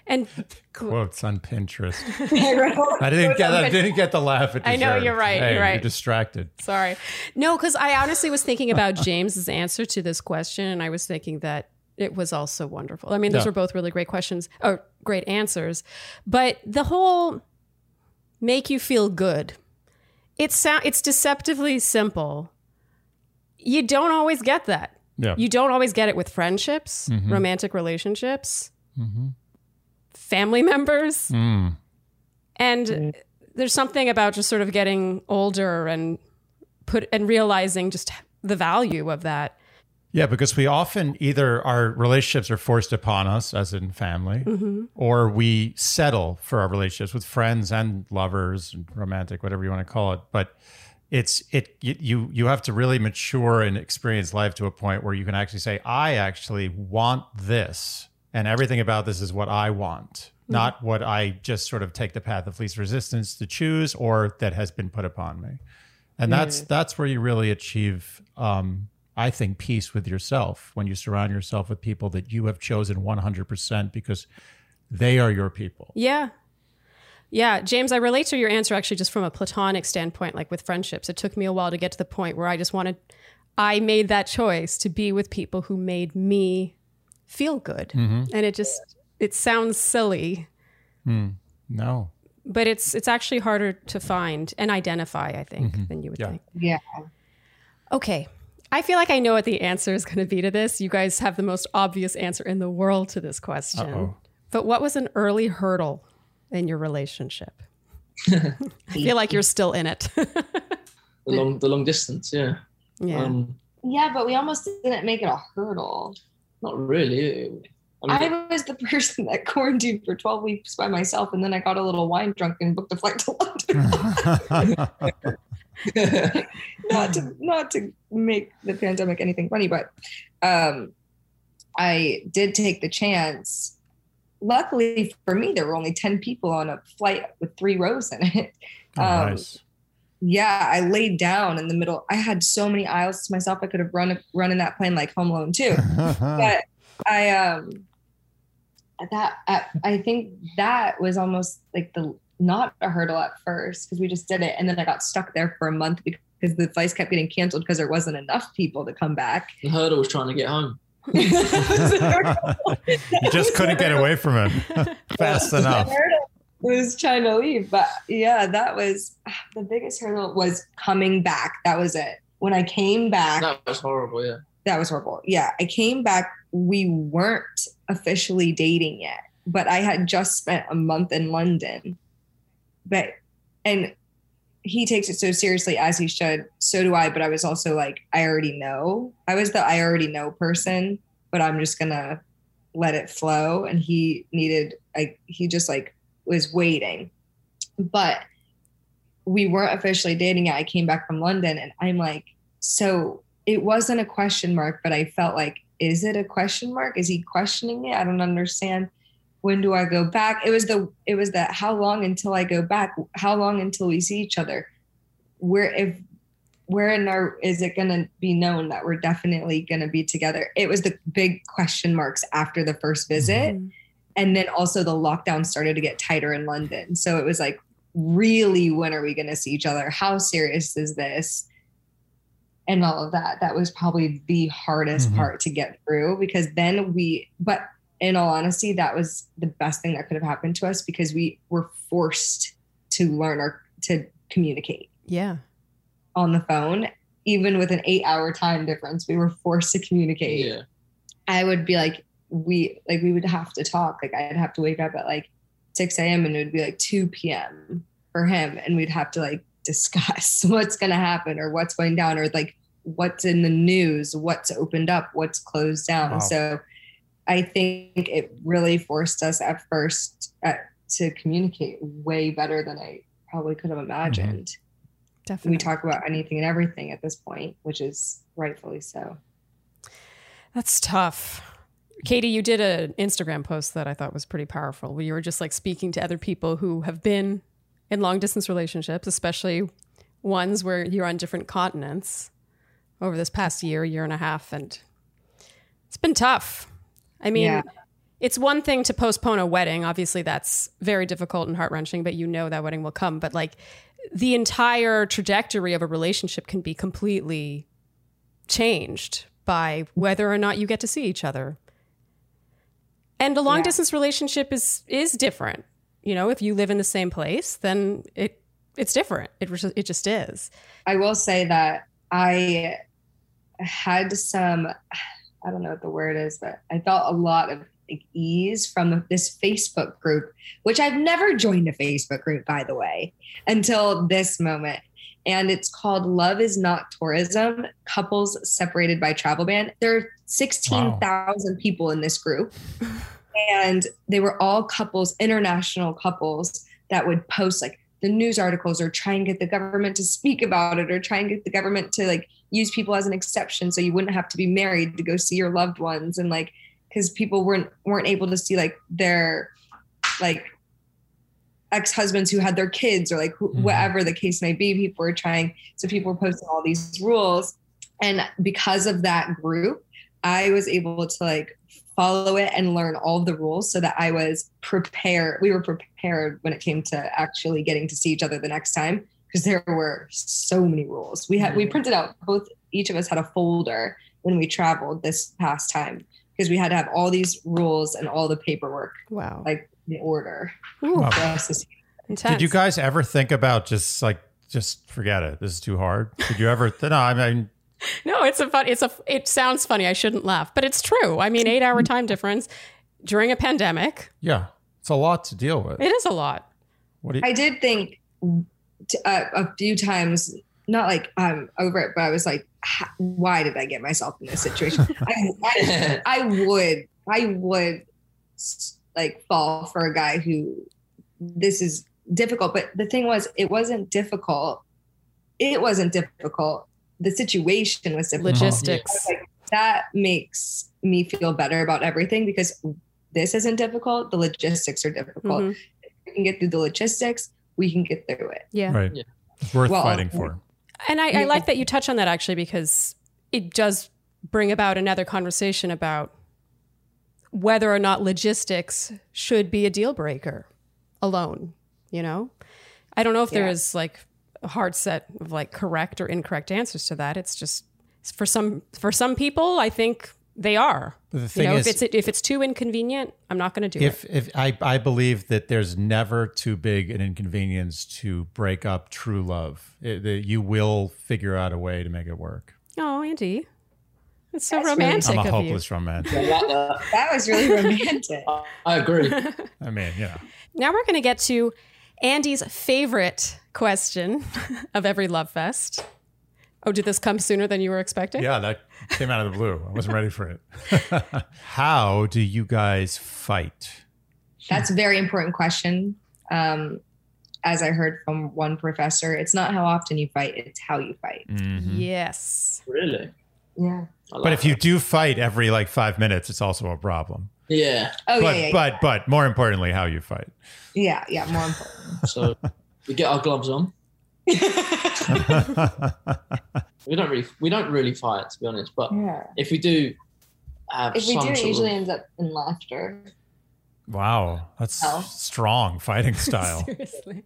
Speaker 3: And
Speaker 4: Quotes on Pinterest.
Speaker 1: I read all the
Speaker 4: I didn't
Speaker 1: quotes
Speaker 4: get.
Speaker 1: on
Speaker 4: I
Speaker 1: Pinterest.
Speaker 4: didn't get the laugh. It
Speaker 3: I know,
Speaker 4: deserved.
Speaker 3: you're right,
Speaker 4: Hey,
Speaker 3: you're right.
Speaker 4: distracted.
Speaker 3: sorry. No, because I honestly was thinking about James's answer to this question, and I was thinking that it was also wonderful. I mean, those
Speaker 4: Yeah.
Speaker 3: were both really great questions or great answers, but the whole make you feel good. It's sound. It's deceptively simple. You don't always get that.
Speaker 4: Yeah.
Speaker 3: You don't always get it with friendships,
Speaker 4: Mhm.
Speaker 3: romantic relationships,
Speaker 4: mm-hmm.
Speaker 3: family members.
Speaker 4: Mm.
Speaker 3: And
Speaker 1: Mhm.
Speaker 3: there's something about just sort of getting older and put and realizing just the value of that.
Speaker 4: Yeah, because we often either our relationships are forced upon us, as in family,
Speaker 3: Mm-hmm.
Speaker 4: or we settle for our relationships with friends and lovers, and romantic, whatever you want to call it. But it's it you- you you have to really mature and experience life to a point where you can actually say, I actually want this, and everything about this is what I want, not what I just sort of take the path of least resistance to choose or that has been put upon me. And that's that's where you really achieve um, I think peace with yourself when you surround yourself with people that you have chosen 100% because they are your people.
Speaker 3: Yeah. Yeah, James, I relate to your answer actually just from a platonic standpoint, like with friendships. It took me a while to get to the point where I just wanted, I made that choice to be with people who made me feel good.
Speaker 4: Mm-hmm.
Speaker 3: And it just, it sounds silly,
Speaker 4: Mm. No.
Speaker 3: but it's it's actually harder to find and identify, I think,
Speaker 4: Mhm.
Speaker 3: than you would
Speaker 4: Yeah.
Speaker 3: think.
Speaker 1: Yeah.
Speaker 3: Okay. I feel like I know what the answer is going to be to this. You guys have the most obvious answer in the world to this question.
Speaker 4: Uh-oh.
Speaker 3: But what was an early hurdle in your relationship? I feel like you're still in it.
Speaker 2: The long, the long distance. Yeah.
Speaker 3: yeah.
Speaker 2: Um,
Speaker 1: Yeah, but we almost didn't make it a hurdle.
Speaker 2: not really. I mean,
Speaker 1: I was the person that quarantined for 12 weeks by myself, and then I got a little wine drunk and booked a flight to London. not to not to make the pandemic anything funny, but um, I did take the chance. Luckily for me, there were only 10 people on a flight with three rows in it.
Speaker 4: Oh,
Speaker 1: Um,
Speaker 4: nice.
Speaker 1: yeah, I laid down in the middle. I had so many aisles to myself. I could have run run in that plane like Home Alone too. but I um that I, I think that was almost like the not a hurdle at first because we just did it and then I got stuck there for a month because the flights kept getting canceled because there wasn't enough people to come back.
Speaker 2: The hurdle was trying to get home.
Speaker 4: you just couldn't get away from him fast enough.
Speaker 1: was trying to leave. But yeah, that was ah, the biggest hurdle was coming back. That was it. When I came back,
Speaker 2: That was horrible. Yeah.
Speaker 1: that was horrible. Yeah, I came back. We weren't officially dating yet, but I had just spent a month in London. But, and he takes it so seriously as he should. So do I. But I was also like, I already know. I was the I already know person, but I'm just going to let it flow. And he needed, like, he just like was waiting. But we weren't officially dating yet. I came back from London and I'm like, so it wasn't a question mark, but I felt like, is it a question mark? Is he questioning it? I don't understand. When do I go back? It was the it was the how long until I go back? How long until we see each other? Where if where in our is it gonna be known that we're definitely gonna be together? It was the big question marks after the first visit and then also the lockdown started to get tighter in london so it was like really when are we going to see each other how serious is this and all of that that was probably the hardest
Speaker 4: Mhm.
Speaker 1: part to get through because then we but in all honesty that was the best thing that could have happened to us because we were forced to learn or to communicate
Speaker 3: Yeah.
Speaker 1: on the phone even with an 8 hour time difference we were forced to communicate
Speaker 2: Yeah.
Speaker 1: I would be like, we like we would have to talk. Like I'd have to wake up at like 6 a.m. and it would be like 2 p.m. for him, and we'd have to like discuss what's gonna happen or what's going down or like what's in the news, what's opened up, what's closed down.
Speaker 4: Wow.
Speaker 1: So I think it really forced us at first uh to communicate way better than I probably could have imagined.
Speaker 3: Definitely.
Speaker 1: We talk about anything and everything at this point, which is rightfully so.
Speaker 3: That's tough. Katie, you did an Instagram post that I thought was pretty powerful where you were just like speaking to other people who have been in long distance relationships, especially ones where you're on different continents over this past year, year and a half. And it's been tough. I mean,
Speaker 1: Yeah.
Speaker 3: it's one thing to postpone a wedding. Obviously, that's very difficult and heart wrenching, but you know that wedding will come. But like the entire trajectory of a relationship can be completely changed by whether or not you get to see each other. And a long
Speaker 1: Yeah.
Speaker 3: distance relationship is is different. You know, if you live in the same place, then it it's different. It was- it just is.
Speaker 1: I will say that I had some, I don't know what the word is, but I felt a lot of like, ease from this Facebook group, which I've never joined a Facebook group, by the way, until this moment. And it's called Love is Not Tourism Couples Separated by Travel Ban. There are 16,000 people in this group. And they were all couples, international couples, that would post like the news articles or try and get the government to speak about it or try and get the government to like use people as an exception so you wouldn't have to be married to go see your loved ones and like because people weren't weren't able to see like their like ex-husbands who had their kids or like wh-
Speaker 4: Mhm.
Speaker 1: whatever the case may be people were trying so people were posting all these rules and because of that group i was able to like follow it and learn all the rules so that I was prepared. We were prepared when it came to actually getting to see each other the next time because there were so many rules. We had we printed out both each of us had a folder when we traveled this past time because we had to have all these rules and all the paperwork
Speaker 3: Wow.
Speaker 1: like in order
Speaker 3: Ooh,
Speaker 4: Wow.
Speaker 1: for us to see.
Speaker 3: intense.
Speaker 4: Did you guys ever think about just like just forget it? This is too hard. Did you ever? No, I mean,
Speaker 3: No, it's a fun. It's a. It sounds funny. I shouldn't laugh, but it's true. I mean, eight hour time difference during a pandemic.
Speaker 4: yeah, it's a lot to deal with.
Speaker 3: It is a lot.
Speaker 4: What do you?
Speaker 1: I did think t- uh, a few times, not like I'm over it, but I was like, "H- why did I get myself in this situation? I, I, I would, I would s- like fall for a guy who this is difficult. But the thing was, it wasn't difficult. It wasn't difficult. The situation was difficult
Speaker 3: Logistics.
Speaker 1: that makes me feel better about everything because this isn't difficult. The
Speaker 4: Uh-huh.
Speaker 1: logistics are difficult.
Speaker 3: Mhm.
Speaker 1: We can get through the logistics. We can get through it.
Speaker 3: Yeah.
Speaker 4: Right.
Speaker 2: Yeah.
Speaker 4: worth
Speaker 1: Well,
Speaker 4: fighting for.
Speaker 3: And I, I
Speaker 1: Yeah.
Speaker 3: like that you touch on that actually because it does bring about another conversation about whether or not logistics should be a deal breaker alone, you know? I don't know if there
Speaker 1: Yeah.
Speaker 3: is like a hard set of like correct or incorrect answers to that. It's just for some for some people, I think they are.
Speaker 4: But the
Speaker 3: You
Speaker 4: thing
Speaker 3: know,
Speaker 4: is,
Speaker 3: if it's if it's too inconvenient, I'm not going to do it.
Speaker 4: if if I, I believe that there's never too big an inconvenience to break up true love, It- that you will figure out a way to make it work.
Speaker 3: Oh, Andy, it's so
Speaker 1: That's really-
Speaker 3: romantic
Speaker 4: I'm a
Speaker 3: of you.
Speaker 4: hopeless romantic.
Speaker 2: I like that.
Speaker 1: That was really romantic.
Speaker 2: I agree.
Speaker 4: I mean, you know,
Speaker 3: Now we're going to get to Andy's favorite question of every Love Fest. Oh, did this come sooner than you were expecting?
Speaker 4: yeah, that came out of the blue. I wasn't ready for it. How do you guys fight?
Speaker 1: That's a very important question. Um, as I heard from one professor, it's not how often you fight, it's how you fight.
Speaker 3: Mm-hmm.
Speaker 4: Mhm.
Speaker 3: Yes.
Speaker 2: Really?
Speaker 1: Yeah.
Speaker 2: I
Speaker 4: But
Speaker 2: like
Speaker 4: if you do fight every like five minutes, it's also a problem.
Speaker 2: that. yeah,
Speaker 1: Oh,
Speaker 4: but
Speaker 1: yeah, yeah.
Speaker 4: but but more importantly, how you fight.
Speaker 1: yeah. Yeah. More important.
Speaker 2: so we get our gloves on. We don't really we don't really fight to be honest, but
Speaker 1: yeah.
Speaker 2: if we do have
Speaker 1: If we
Speaker 2: some
Speaker 1: do, it
Speaker 2: sort
Speaker 1: usually
Speaker 2: of,
Speaker 1: ends up in laughter.
Speaker 4: wow, that's
Speaker 1: Oh.
Speaker 4: strong fighting style.
Speaker 3: Seriously.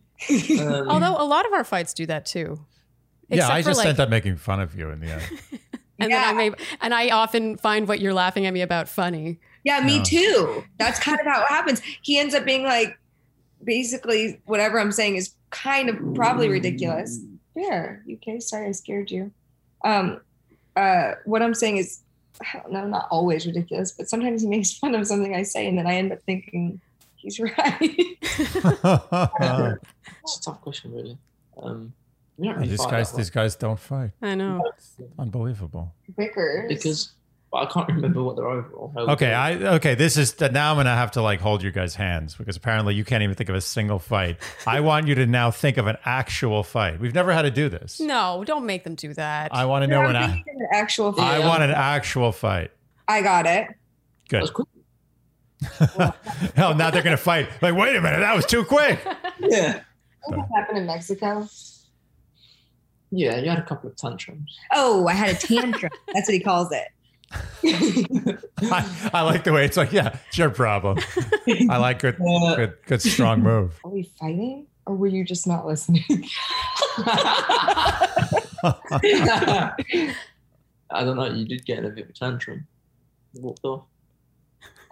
Speaker 2: um,
Speaker 3: Although a lot of our fights do that too.
Speaker 4: yeah, I
Speaker 3: for,
Speaker 4: just
Speaker 3: like-
Speaker 4: ended up making fun of you in the end.
Speaker 3: And
Speaker 1: yeah.
Speaker 3: then I may, and I often find what you're laughing at me about funny.
Speaker 1: yeah, me
Speaker 4: No.
Speaker 1: too. That's kind of how it happens. He ends up being like, basically, whatever I'm saying is kind of probably ridiculous. There, UK. Sorry, I scared you. Um, uh, what I'm saying is, I don't know, not always ridiculous, but sometimes he makes fun of something I say, and then I end up thinking he's right.
Speaker 2: it's a tough question really. Um, we don't really
Speaker 4: these
Speaker 2: fight
Speaker 4: guys,
Speaker 2: that much.
Speaker 4: these guys don't fight.
Speaker 3: I know.
Speaker 4: Unbelievable.
Speaker 1: Vickers.
Speaker 2: because but I can't remember what they're overall. how
Speaker 4: Okay,
Speaker 2: they're-
Speaker 4: I okay. This is now I'm gonna have to like hold your guys' hands because apparently you can't even think of a single fight. I want you to now think of an actual fight. We've never had to do this.
Speaker 3: No, don't make them do that.
Speaker 4: I want to know
Speaker 1: No,
Speaker 4: an.
Speaker 1: I'm
Speaker 4: a-
Speaker 1: thinking of an actual.
Speaker 2: Yeah.
Speaker 4: I want an actual fight.
Speaker 1: I got it.
Speaker 2: that was
Speaker 4: Good.
Speaker 2: quick.
Speaker 4: Hell, now they're gonna fight. Like, wait a minute, that was too quick.
Speaker 2: Yeah,
Speaker 1: What happened in Mexico?
Speaker 2: yeah, you had a couple of tantrums.
Speaker 1: Oh, I had a tantrum. That's what he calls it.
Speaker 4: I, I like the way it's like, yeah, it's your problem. I like good,
Speaker 2: Uh,
Speaker 4: good, good, strong move.
Speaker 1: Are we fighting or were you just not listening?
Speaker 2: I don't know. You did get in a bit of a tantrum. You Walked off.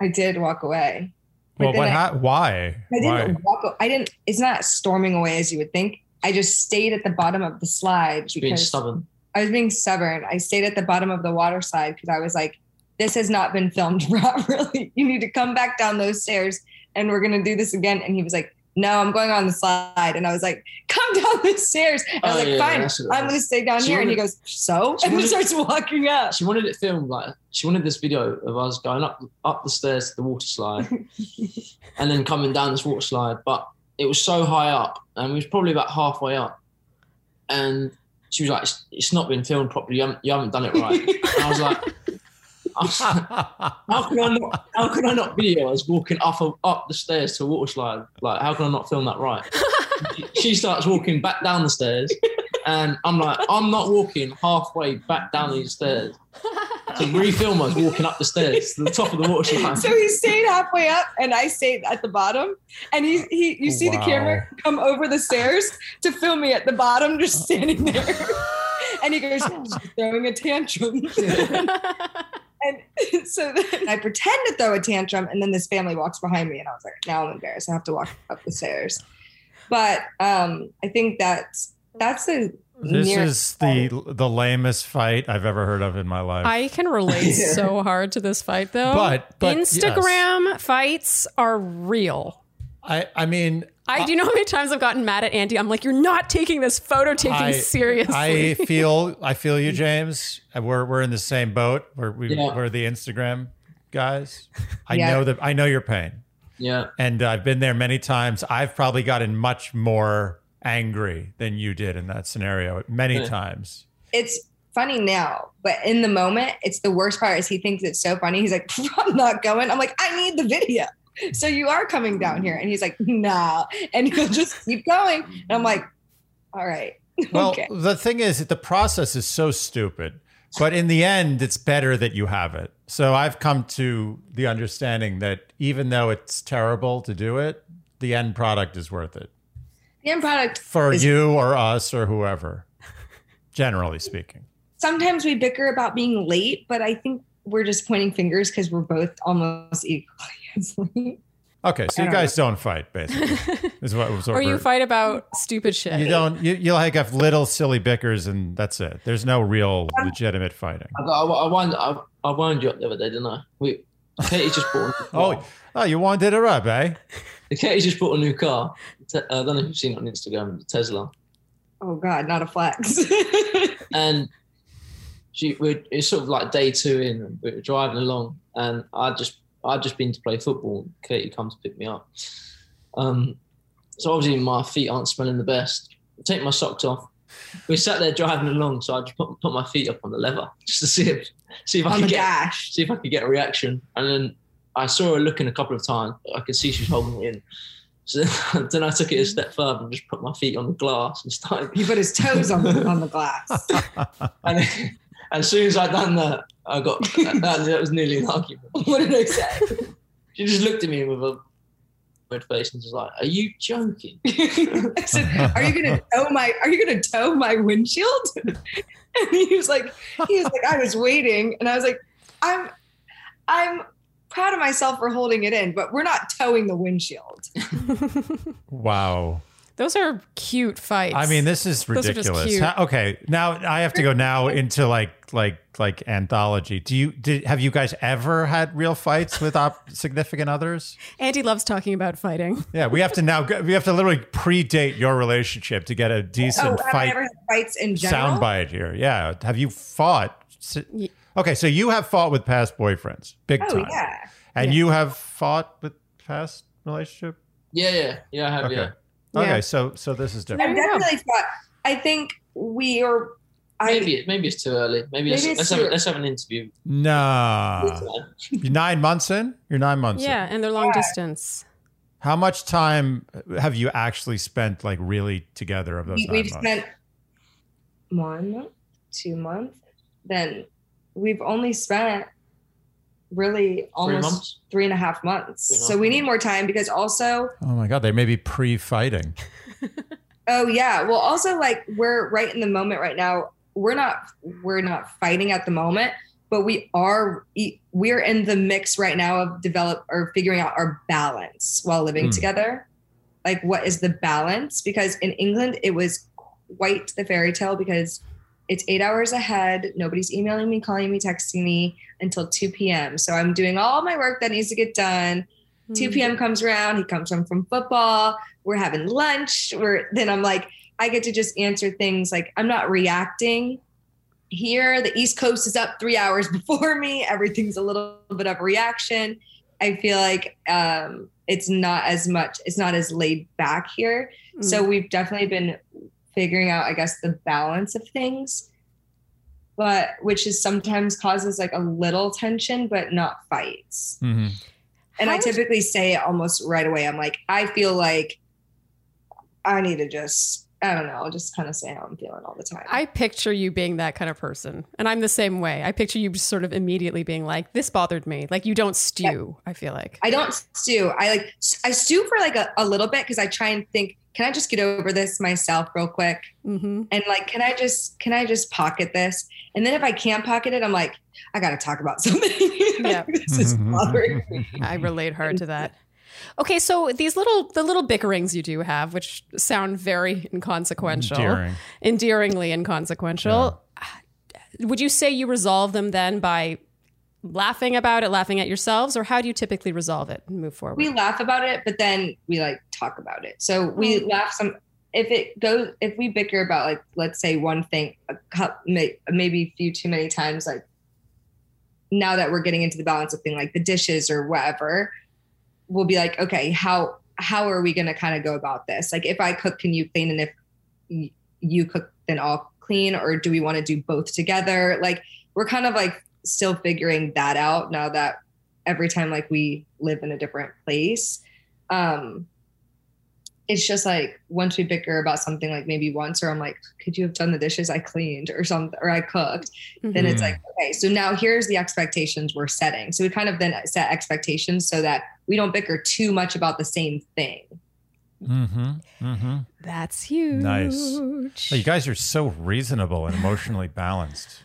Speaker 1: I did walk away. But
Speaker 4: Well,
Speaker 1: then
Speaker 4: what?
Speaker 1: I-
Speaker 4: Ha- why?
Speaker 1: I
Speaker 4: Why?
Speaker 1: didn't walk walk. I didn't. It's not storming away as you would think. I just stayed at the bottom of the slide
Speaker 2: Being
Speaker 1: because
Speaker 2: stubborn.
Speaker 1: I was being stubborn. I stayed at the bottom of the water slide because I was like, "This has not been filmed properly. You need to come back down those stairs, and we're gonna do this again." And he was like, "No, I'm going on the slide." And I was like, "Come down the stairs." And I was
Speaker 2: Oh,
Speaker 1: like,
Speaker 2: yeah,
Speaker 1: "Fine,
Speaker 2: that's what it
Speaker 1: I'm
Speaker 2: was.
Speaker 1: gonna stay down
Speaker 2: She
Speaker 1: here." And he
Speaker 2: wanted-
Speaker 1: goes, "So,"
Speaker 2: she
Speaker 1: and he
Speaker 2: wanted-
Speaker 1: starts walking up.
Speaker 2: She wanted it filmed like she wanted this video of us going up up the stairs to the water slide, and then coming down this water slide. But it was so high up, and we was probably about halfway up, and she was like, "It's, it's not been filmed properly. You haven't, you haven't done it right." and I was like. I was like, How can I not? How can I not video us walking up up the stairs to a water slide? Like, how can I not film that right? she starts walking back down the stairs, and I'm like, I'm not walking halfway back down these stairs to refilm us walking up the stairs to the top of the water slide.
Speaker 1: so he stayed halfway up and I stayed at the bottom. And he, he you see the
Speaker 4: Wow.
Speaker 1: camera come over the stairs to film me at the bottom, just standing there. and he goes, She's throwing a tantrum. and so then I pretend to throw a tantrum, and then this family walks behind me, and I was like, now I'm embarrassed. I have to walk up the stairs. But um, I think that's that's the
Speaker 4: This
Speaker 1: near-
Speaker 4: is the the lamest fight I've ever heard of in my life.
Speaker 3: I can relate so hard to this fight though.
Speaker 4: But- but yes.
Speaker 3: Instagram fights are real.
Speaker 4: I, I mean,
Speaker 3: I do you know how many times I've gotten mad at Andy. I'm like, you're not taking this photo taking
Speaker 4: I-
Speaker 3: seriously.
Speaker 4: I feel I feel you, James. Uh, We're we're in the same boat. We're we,
Speaker 2: Yeah.
Speaker 4: we're the Instagram guys. I
Speaker 1: Yeah.
Speaker 4: know that I know your pain,
Speaker 2: Yeah,
Speaker 4: and I've been there many times. I've probably gotten much more angry than you did in that scenario many
Speaker 2: Yeah.
Speaker 4: times.
Speaker 1: it's funny now, but in the moment, it's the worst part is he thinks it's so funny. He's like, I'm not going. I'm like, I need the video. So you are coming down here. And he's like, nah. And he'll just keep going. And I'm like, all right,
Speaker 4: Well,
Speaker 1: Okay.
Speaker 4: the thing is, that the process is so stupid, but in the end, it's better that you have it. So I've come to the understanding that even though it's terrible to do it, the end product is worth it
Speaker 1: The end product.
Speaker 4: for
Speaker 1: Is-
Speaker 4: you or us or whoever, generally speaking.
Speaker 1: Sometimes we bicker about being late, but I think we're just pointing fingers because we're both almost equally.
Speaker 4: Okay, so
Speaker 1: I don't
Speaker 4: you guys don't fight, basically. Is what was
Speaker 3: or you fight about stupid shit.
Speaker 4: You don't. You, you like have little silly bickers, and that's it. There's no real legitimate fighting.
Speaker 2: I, I, I, wound, I, I wound you up the other day, didn't I? We, Katie just bought. A new car.
Speaker 4: Oh, oh, you wanted her up, eh?
Speaker 2: Katie just bought a new car. Te- uh, I don't know if you've seen it on Instagram, Tesla.
Speaker 1: oh God, not a flex.
Speaker 4: Oh,
Speaker 2: And she, we're, it's sort of like day two in, and we were driving along, and I just, I'd just been to play football. and Katie comes to pick me up. Um, so obviously my feet aren't smelling the best. take my socks off. We sat there driving along, so I just put, put my feet up on the lever just to see if, see if I
Speaker 1: on
Speaker 2: could
Speaker 1: the
Speaker 2: get
Speaker 1: dash.
Speaker 2: see if I could get a reaction. And then I saw her looking a couple of times. I could see she was holding it in. So then, then I took it a step further and just put my feet on the glass and started.
Speaker 1: He put his toes on the, on the glass.
Speaker 2: And then- as soon as I done that, I got that, that was nearly an argument.
Speaker 1: what did I say?
Speaker 2: She just looked at me with a red face and was like, "Are you joking?"
Speaker 1: I said, "Are you gonna tow my? Are you gonna tow my windshield?" and he was like, "He was like, I was waiting," and I was like, "I'm, I'm proud of myself for holding it in, but we're not towing the windshield."
Speaker 4: Wow.
Speaker 3: Those are cute fights.
Speaker 4: I mean, this is
Speaker 3: Those are just
Speaker 4: ridiculous.
Speaker 3: cute.
Speaker 4: How- okay, now I have to go now into like like like anthology. Do you did have you guys ever had real fights with op- significant others?
Speaker 3: Andy loves talking about fighting.
Speaker 4: Yeah, we have to now go, we have to literally predate your relationship to get a
Speaker 1: Oh,
Speaker 4: decent
Speaker 1: have I
Speaker 4: fight
Speaker 1: ever had fights in general?
Speaker 4: soundbite here. Yeah, have you fought? si-
Speaker 3: Ye-
Speaker 4: Okay, so you have fought with past boyfriends, big
Speaker 1: Oh
Speaker 4: time,
Speaker 1: yeah,
Speaker 4: and
Speaker 3: Yeah.
Speaker 4: you have fought with past relationship.
Speaker 2: Yeah, yeah, yeah. I have,
Speaker 4: Okay,
Speaker 2: yeah.
Speaker 4: okay,
Speaker 3: Yeah.
Speaker 4: so so this is
Speaker 1: I've
Speaker 4: different.
Speaker 3: know.
Speaker 1: definitely fought. I think we are. I
Speaker 2: Maybe, it- maybe it's too early. Maybe, let's,
Speaker 1: Maybe it's
Speaker 2: let's, have,
Speaker 1: too-
Speaker 2: let's have an interview.
Speaker 4: Nah, You're nine months in. You're nine months. in.
Speaker 3: Yeah, and they're long distance.
Speaker 4: How much time have you actually spent like really together of those
Speaker 1: we,
Speaker 4: nine
Speaker 1: we've
Speaker 4: months?
Speaker 1: spent one month, two months. Then we've only spent really almost
Speaker 2: months?
Speaker 1: three and a half months.
Speaker 2: Three and a
Speaker 1: so
Speaker 2: half
Speaker 1: we need
Speaker 2: months.
Speaker 1: more time because also,
Speaker 4: oh my god, they may be pre-fighting.
Speaker 1: oh yeah, well also like we're right in the moment right now. We're not we're not fighting at the moment, but we are e, we're in the mix right now of develop or figuring out our balance while living
Speaker 4: Hmm.
Speaker 1: together. Like what is the balance? Because in England it was quite the fairy tale because it's eight hours ahead. Nobody's emailing me, calling me, texting me until 2 p.m. So I'm doing all my work that needs to get done. 2
Speaker 3: Hmm.
Speaker 1: p.m. comes around. He comes home from football. We're having lunch. We're then I'm like, I get to just answer things like I'm not reacting. Here, the East Coast is up three hours before me. Everything's a little bit of a reaction. I feel like um, it's not as much. It's not as laid back here.
Speaker 3: Mm.
Speaker 1: So we've definitely been figuring out, I guess, the balance of things, but which is sometimes causes like a little tension, but not fights.
Speaker 4: hmm
Speaker 1: And
Speaker 3: How
Speaker 1: I
Speaker 3: is-
Speaker 1: typically say it almost right away. I'm like, I feel like I need to just, I don't know, I'll just kind of say how I'm feeling all the time.
Speaker 3: I picture you being that kind of person, and I'm the same way. I picture you just sort of immediately being like, "This bothered me." Like you don't stew. I feel like.
Speaker 1: I don't stew. I like I stew for like a, a little bit because I try and think, can I just get over this myself real quick?
Speaker 3: hmm
Speaker 1: and like can i just can i just pocket this and then if i can't pocket it i'm like i gotta talk about something
Speaker 3: Yeah.
Speaker 4: Mm-hmm.
Speaker 1: this is bothering me
Speaker 3: I relate hard to that. Okay, so these little the little bickerings you do have, which sound very inconsequential,
Speaker 4: Endearing.
Speaker 3: endearingly inconsequential. uh, Would you say you resolve them then by laughing about it, laughing at yourselves, or how do you typically resolve it and move forward?
Speaker 1: we laugh about it but then we like talk about it so we laugh some if it goes if we bicker about like let's say one thing a cup may, maybe a few too many times like now that we're getting into the balance of thing like the dishes or whatever we'll be like okay how how are we going to kind of go about this like if i cook can you clean and if y- you cook then i'll clean or do we want to do both together like we're kind of like still figuring that out now that every time like we live in a different place um it's just like once we bicker about something like maybe once or i'm like could you have done the dishes i cleaned or something or i cooked then it's
Speaker 3: Mm-hmm.
Speaker 4: Mhm.
Speaker 1: like okay so now here's the expectations we're setting so we kind of then set expectations so that we don't bicker too much about the same thing
Speaker 4: Mm-hmm. Mm-hmm.
Speaker 3: That's huge.
Speaker 4: Nice. Oh, you guys are so reasonable and emotionally balanced.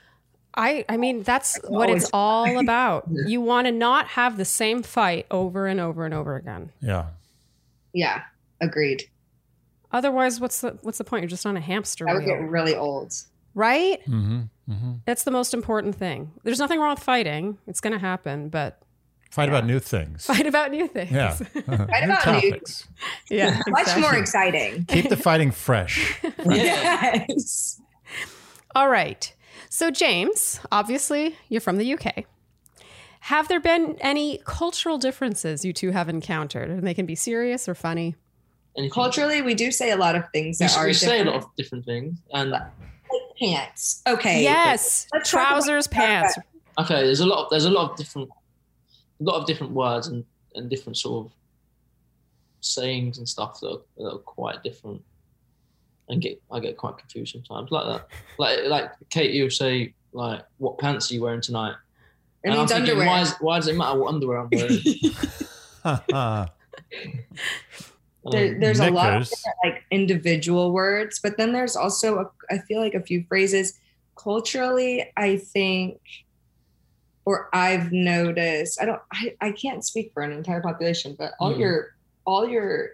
Speaker 3: I, I mean, that's what it's
Speaker 1: always-
Speaker 3: all about. You want to not have the same fight over and over and over again.
Speaker 4: Yeah.
Speaker 1: yeah agreed
Speaker 3: Otherwise, what's the what's the point? You're just on a hamster
Speaker 1: i would get
Speaker 3: wheel,
Speaker 1: really old
Speaker 3: right?
Speaker 4: Mm-hmm. Mm-hmm.
Speaker 3: That's the most important thing. There's nothing wrong with fighting. It's going to happen, but
Speaker 4: Fight
Speaker 3: Yeah.
Speaker 4: about new things.
Speaker 3: fight about new things.
Speaker 4: Yeah.
Speaker 1: Fight
Speaker 4: new
Speaker 1: about new-
Speaker 4: topics.
Speaker 3: yeah.
Speaker 1: much
Speaker 3: exactly.
Speaker 1: more exciting
Speaker 4: Keep the fighting fresh.
Speaker 1: yes
Speaker 3: All right. So, James, obviously, you're from the UK. Have there been any cultural differences you two have encountered? And they can be serious or funny.
Speaker 2: Anything.
Speaker 1: culturally we do say a lot of things
Speaker 2: We,
Speaker 1: that are
Speaker 2: we say a
Speaker 1: different.
Speaker 2: lot of different things, and
Speaker 1: Like pants okay
Speaker 3: yes,
Speaker 1: Let's talk about
Speaker 3: trousers, pants.
Speaker 2: okay, there's a lot of there's a lot of different, lot of different words and and different sort of sayings and stuff that are, that are quite different, and get I get quite confused sometimes like that. Like like Kate, you'll say like, "What pants are you wearing tonight?"
Speaker 1: it
Speaker 2: And I'm
Speaker 1: means
Speaker 2: thinking,
Speaker 1: underwear
Speaker 2: Why, is, why does it matter what underwear I'm wearing? Um,
Speaker 1: there, there's a lot of
Speaker 4: Knickers.
Speaker 1: different, like individual words but then there's also a, i feel like a few phrases culturally i think or i've noticed i don't i, I can't speak for an entire population but all
Speaker 2: Mm.
Speaker 1: your all your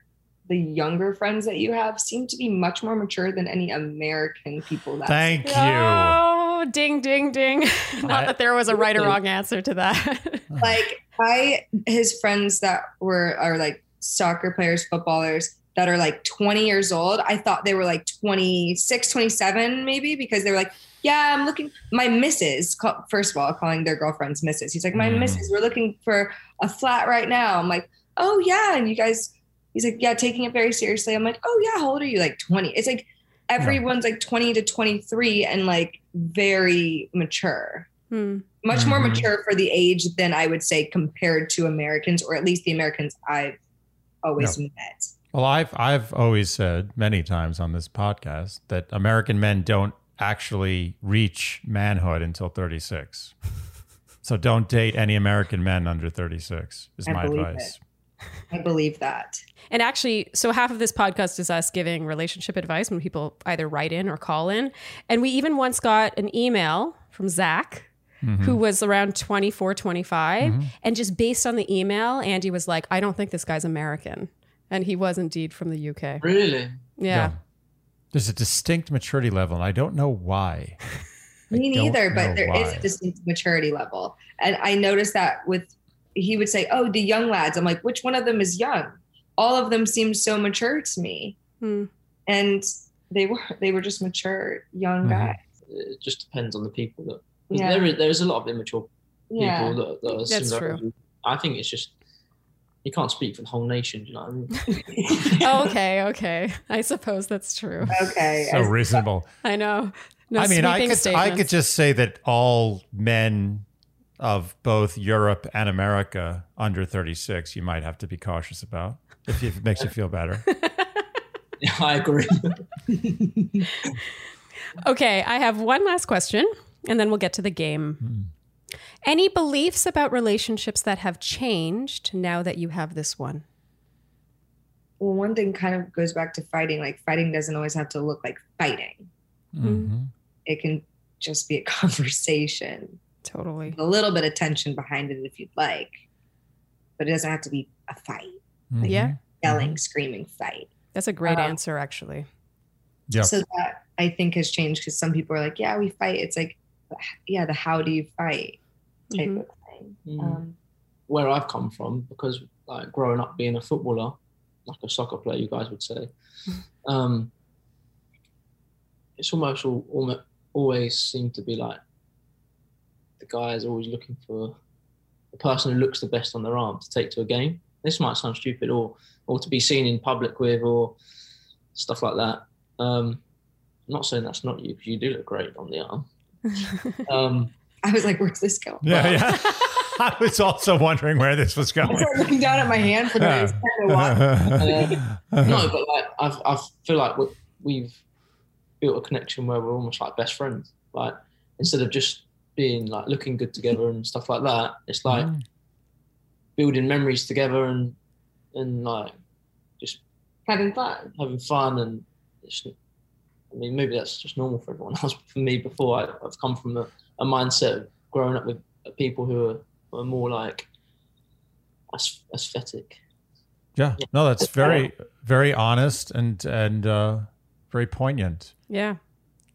Speaker 1: the younger friends that you have seem to be much more mature than any american people that
Speaker 4: Thank you.
Speaker 3: Oh, ding, ding, ding. Not
Speaker 4: I-
Speaker 3: that there was a right or wrong answer to that.
Speaker 1: like I his friends that were are like soccer players, footballers that are like 20 years old. I thought they were like 26, 27 maybe because they were like, yeah, I'm looking my missus call, first of all calling their girlfriends missus. He's like, "My
Speaker 4: Mm.
Speaker 1: missus, we're looking for a flat right now." I'm like, "Oh yeah." And you guys he's like, "Yeah, taking it very seriously." I'm like, "Oh yeah, how old are you?" Like 20. It's like everyone's like 20 to 23 and like very mature
Speaker 3: Hmm.
Speaker 1: much more
Speaker 4: Mhm.
Speaker 1: mature for the age than I would say compared to Americans, or at least the Americans I've always met.
Speaker 4: Well, I've I've always said many times on this podcast that American men don't actually reach manhood until 36. So don't date any American men under 36 is
Speaker 1: I
Speaker 4: my
Speaker 1: believe
Speaker 4: advice.
Speaker 1: I believe that.
Speaker 3: And actually, so half of this podcast is us giving relationship advice when people either write in or call in. And we even once got an email from Zach,
Speaker 4: Mhm.
Speaker 3: who was around 24, 25.
Speaker 4: Mhm.
Speaker 3: And just based on the email, Andy was like, I don't think this guy's American. And he was indeed from the UK. Yeah.
Speaker 2: really.
Speaker 4: There's a distinct maturity level and I don't know why. I
Speaker 1: Me
Speaker 4: don't
Speaker 1: neither,
Speaker 4: know
Speaker 1: but there is
Speaker 4: why.
Speaker 1: a distinct maturity level. And I noticed that with he would say, Oh, the young lads. I'm like, which one of them is young? All of them seemed so mature to me.
Speaker 3: Hmm.
Speaker 1: And they were they were just mature young
Speaker 4: Mhm.
Speaker 1: guys.
Speaker 2: It just depends on the people that. 'cause
Speaker 1: Yeah.
Speaker 2: There is there is a lot of immature people
Speaker 1: yeah.
Speaker 2: that, that are
Speaker 3: That's
Speaker 2: similar.
Speaker 3: true.
Speaker 2: I think it's just you can't speak for the whole nation. You know what I mean?
Speaker 3: Oh, okay. Okay. I suppose that's true.
Speaker 1: Okay.
Speaker 4: So
Speaker 1: I-
Speaker 4: reasonable.
Speaker 3: I know. No
Speaker 4: I mean, I
Speaker 3: sweeping
Speaker 4: could I could
Speaker 3: statements.
Speaker 4: just say that all men of both Europe and America under 36 you might have to be cautious about if it makes you feel better.
Speaker 2: I agree.
Speaker 3: Okay. I have one last question and then we'll get to the game.
Speaker 4: Mm.
Speaker 3: Any beliefs about relationships that have changed now that you have this one?
Speaker 1: well, one thing kind of goes back to fighting. Like fighting doesn't always have to look like fighting. Mm-hmm.
Speaker 4: Mhm.
Speaker 1: It can just be a conversation.
Speaker 3: Totally.
Speaker 4: Mm-hmm.
Speaker 1: a little bit of tension behind it if you'd like, but it doesn't have to be a fight,
Speaker 4: Mhm.
Speaker 3: Yeah.
Speaker 1: yelling, screaming fight.
Speaker 3: That's a great
Speaker 1: Uh,
Speaker 3: answer, actually.
Speaker 4: Yeah.
Speaker 1: So that I think has changed because some people are like, yeah, we fight. It's like, but h- yeah, the how do you fight type
Speaker 3: Mhm.
Speaker 1: of thing.
Speaker 4: Mm-hmm.
Speaker 2: Mm.
Speaker 1: Um,
Speaker 2: Where I've come from, because like growing up being a footballer, like a soccer player, you guys would say, um, it's almost all, almost always seemed to be like the guy is always looking for the person who looks the best on their arm to take to a game. This might sound stupid, or or to be seen in public with, or stuff like that. Um, I'm not saying that's not you, because you do look great on the arm. Um,
Speaker 1: I was like, where's this going?
Speaker 4: Yeah, yeah. I was also wondering where this was
Speaker 1: I
Speaker 4: going.
Speaker 1: started looking down at my hand for the next time I walked.
Speaker 4: Uh-huh.
Speaker 2: no, but like I've, I feel like we- we've built a connection where we're almost like best friends. Like instead of just being like looking good together and stuff like that, it's like
Speaker 4: Mm-hmm.
Speaker 2: building memories together and and like
Speaker 1: Having fun.
Speaker 2: having fun and it's, I mean maybe that's just normal for everyone else. But for me, before I, I've come from a, a mindset of growing up with people who are, who are more like as- aesthetic.
Speaker 4: yeah, no, that's very, very honest and and uh, very poignant.
Speaker 3: Yeah.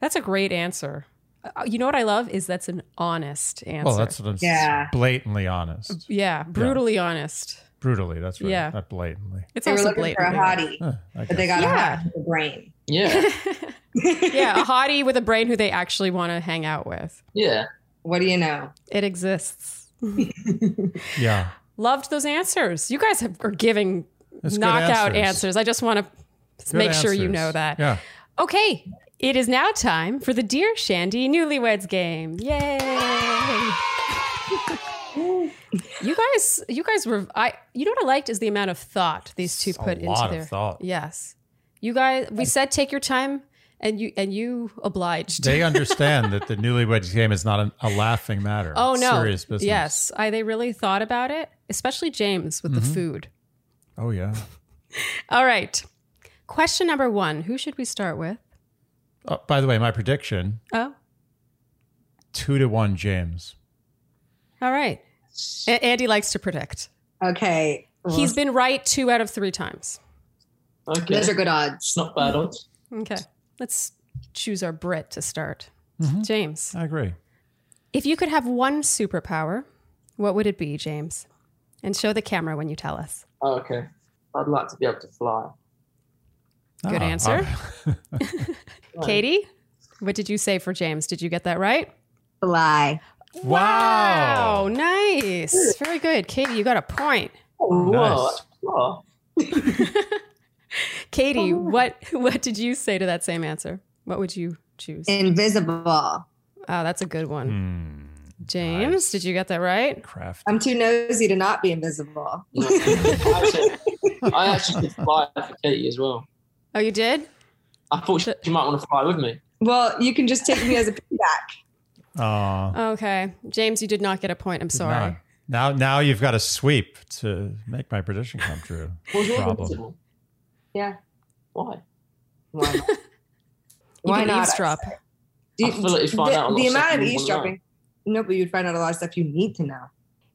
Speaker 3: That's a great answer. Uh, You know what I love is that's an honest answer.
Speaker 4: Well, that's what I'm
Speaker 1: Yeah.
Speaker 4: saying. Blatantly honest,
Speaker 3: yeah, brutally honest.
Speaker 4: brutally. That's right.
Speaker 3: Yeah.
Speaker 4: Not blatantly.
Speaker 3: It's
Speaker 1: They were
Speaker 3: also
Speaker 1: looking for a hottie,
Speaker 3: blatantly
Speaker 4: Huh, I
Speaker 1: but they
Speaker 4: guess.
Speaker 1: got a
Speaker 3: Yeah.
Speaker 1: hottie with a brain.
Speaker 2: Yeah,
Speaker 3: honest. yeah, a hottie with a brain who they actually want to hang out with.
Speaker 2: yeah.
Speaker 1: What do you know?
Speaker 3: It exists.
Speaker 4: yeah.
Speaker 3: Loved those answers. You guys have, are giving
Speaker 4: That's good
Speaker 3: knockout answers.
Speaker 4: answers.
Speaker 3: I just want to
Speaker 4: Good
Speaker 3: make sure you
Speaker 4: answers.
Speaker 3: know that.
Speaker 4: Yeah.
Speaker 3: Okay, it is now time for the Dear Shandy Newlyweds game. Yay! you guys, you guys were. I. You know what I liked is the amount of thought these two
Speaker 4: It's a
Speaker 3: put into
Speaker 4: lot of
Speaker 3: their.
Speaker 4: thought.
Speaker 3: Yes, you guys. We said take your time, and you and you obliged.
Speaker 4: They understand that the newlyweds game is not an, a laughing matter.
Speaker 3: oh
Speaker 4: It's
Speaker 3: no!
Speaker 4: serious business.
Speaker 3: Yes, I. They really thought about it, especially James with
Speaker 4: Mm-hmm.
Speaker 3: the food.
Speaker 4: Oh yeah.
Speaker 3: All right. Question number one: Who should we start with?
Speaker 4: Oh, by the way, my prediction:
Speaker 3: Oh,
Speaker 4: two to one, James.
Speaker 3: all right. A- Andy likes to predict.
Speaker 1: Okay. well,
Speaker 3: He's been right two out of three times.
Speaker 2: Okay,
Speaker 1: those are good odds.
Speaker 2: it's not bad odds.
Speaker 3: Okay. Let's choose our Brit to start.
Speaker 4: Mhm.
Speaker 3: James,
Speaker 4: I agree.
Speaker 3: Mm-hmm. if you could have one superpower, what would it be, James? And show the camera when you tell us.
Speaker 2: Oh, okay. I'd like to be able to fly.
Speaker 3: Good
Speaker 4: Ah,
Speaker 3: answer.
Speaker 4: I-
Speaker 2: Fly.
Speaker 3: Katie, what did you say for James? Did you get that right?
Speaker 1: Fly.
Speaker 4: Wow.
Speaker 3: Wow, nice. Very good. Katie, you got a point.
Speaker 2: Oh,
Speaker 4: Nice.
Speaker 2: wow, that's fly.
Speaker 3: Katie, what what did you say to that same answer? What would you choose?
Speaker 1: Eh.
Speaker 3: Oh,
Speaker 1: Invisible.
Speaker 3: that's a good one.
Speaker 4: Hmm.
Speaker 3: James,
Speaker 4: nice.
Speaker 3: did you get that right?
Speaker 4: Craft.
Speaker 1: I'm too nosy to not be invisible.
Speaker 2: I actually- I actually could fly for Katie as well.
Speaker 3: Oh, you did?
Speaker 2: I thought she, she might want to fly with me.
Speaker 1: Well, you can just take me as a piggyback.
Speaker 4: Aw.
Speaker 3: Okay. James, you did not get a point. I'm sorry.
Speaker 4: No. Ah. Now, now you've got a sweep to make my prediction come true.
Speaker 2: What was your
Speaker 4: Problem.
Speaker 2: invisible?
Speaker 1: Yeah.
Speaker 2: Why?
Speaker 1: Why not?
Speaker 3: You
Speaker 1: Why
Speaker 3: can
Speaker 1: not?
Speaker 3: eavesdrop.
Speaker 1: Do
Speaker 2: I feel like you find
Speaker 1: the,
Speaker 2: out a lot
Speaker 1: the amount of
Speaker 2: of stuff you wouldn't know.
Speaker 1: eavesdropping. No, but you'd find out a lot of stuff you need to know.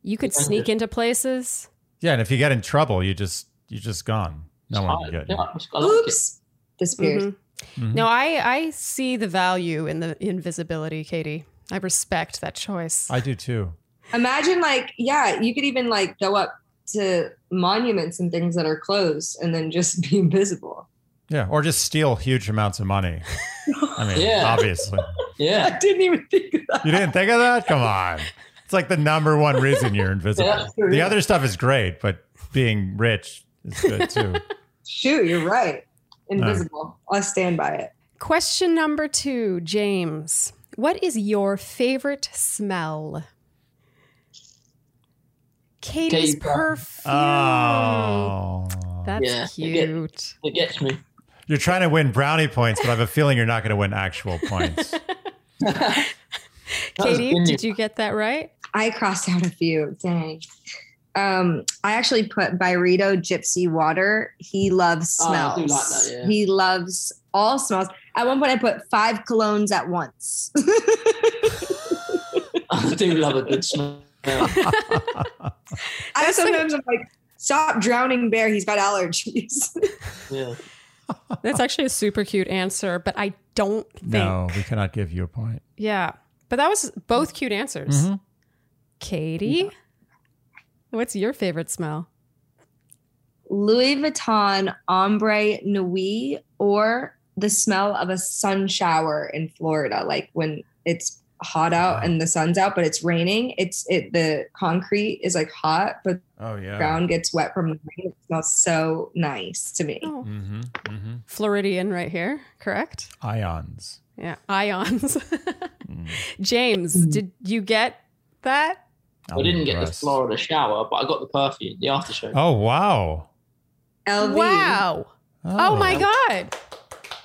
Speaker 3: You could
Speaker 2: Thank
Speaker 3: sneak
Speaker 2: you.
Speaker 3: into places.
Speaker 4: Yeah, and if you get in trouble, you just you just gone. No one
Speaker 2: I-
Speaker 4: can get
Speaker 2: yeah,
Speaker 4: you.
Speaker 2: I like it.
Speaker 1: Oops. Disappears.
Speaker 3: Mhm.
Speaker 4: Mhm.
Speaker 3: No, I, I see the value in the invisibility, Katie. I respect that choice.
Speaker 4: I do too.
Speaker 1: Imagine like, yeah, you could even like go up to monuments and things that are closed and then just be invisible.
Speaker 4: Yeah, or just steal huge amounts of money. I mean,
Speaker 2: Yeah.
Speaker 4: obviously,
Speaker 2: Yeah.
Speaker 1: I didn't even think of that.
Speaker 4: you didn't think of that. Come on, it's like the number one reason you're invisible.
Speaker 2: Yeah, that's true,
Speaker 4: the
Speaker 2: yeah.
Speaker 4: other stuff is great, but being rich is good too.
Speaker 1: Shoot, you're right. Invisible. I stand by it.
Speaker 3: Question number two, James. What is your favorite smell? Katie's
Speaker 2: Katie Brown.
Speaker 3: perfume.
Speaker 4: oh,
Speaker 3: That's
Speaker 2: Yeah, you get-
Speaker 3: cute.
Speaker 2: It gets me.
Speaker 4: you're trying to win brownie points, but I have a feeling you're not going to win actual points.
Speaker 2: was
Speaker 3: Katie,
Speaker 2: genuine.
Speaker 3: did you get that right?
Speaker 1: I crossed out a few. Dang. Um, I actually put Byredo Gypsy Water. He loves
Speaker 2: Oh, I
Speaker 1: smells.
Speaker 2: do like that, yeah.
Speaker 1: He loves all smells. At one point, I put five colognes at once.
Speaker 2: I do love a good smell.
Speaker 1: I
Speaker 3: That's like-
Speaker 1: sometimes I'm like, stop drowning bear. He's got allergies.
Speaker 2: Yeah.
Speaker 3: That's actually a super cute answer, but I don't think.
Speaker 4: no, we cannot give you a point.
Speaker 3: Yeah. But that was both cute answers.
Speaker 2: Mm-hmm.
Speaker 4: Mhm.
Speaker 3: Katie, what's your favorite smell?
Speaker 1: Louis Vuitton Ombre Nui or the smell of a sun shower in Florida, like when it's hot out and the sun's out, but it's raining. It's it the concrete is like hot, but
Speaker 4: Oh yeah.
Speaker 1: ground gets wet from the rain. It smells so nice to me.
Speaker 3: Oh.
Speaker 4: Mm-hmm. Mm-hmm.
Speaker 3: Floridian right here, correct?
Speaker 4: Ions. Mm.
Speaker 3: Yeah, ions. James,
Speaker 1: Mhm.
Speaker 4: Mm-hmm.
Speaker 3: did you get that?
Speaker 2: I didn't get the
Speaker 4: impressed.
Speaker 2: Florida shower, but I got the perfume, the aftershave.
Speaker 4: Oh wow!
Speaker 1: LV.
Speaker 3: Wow. Oh, my God.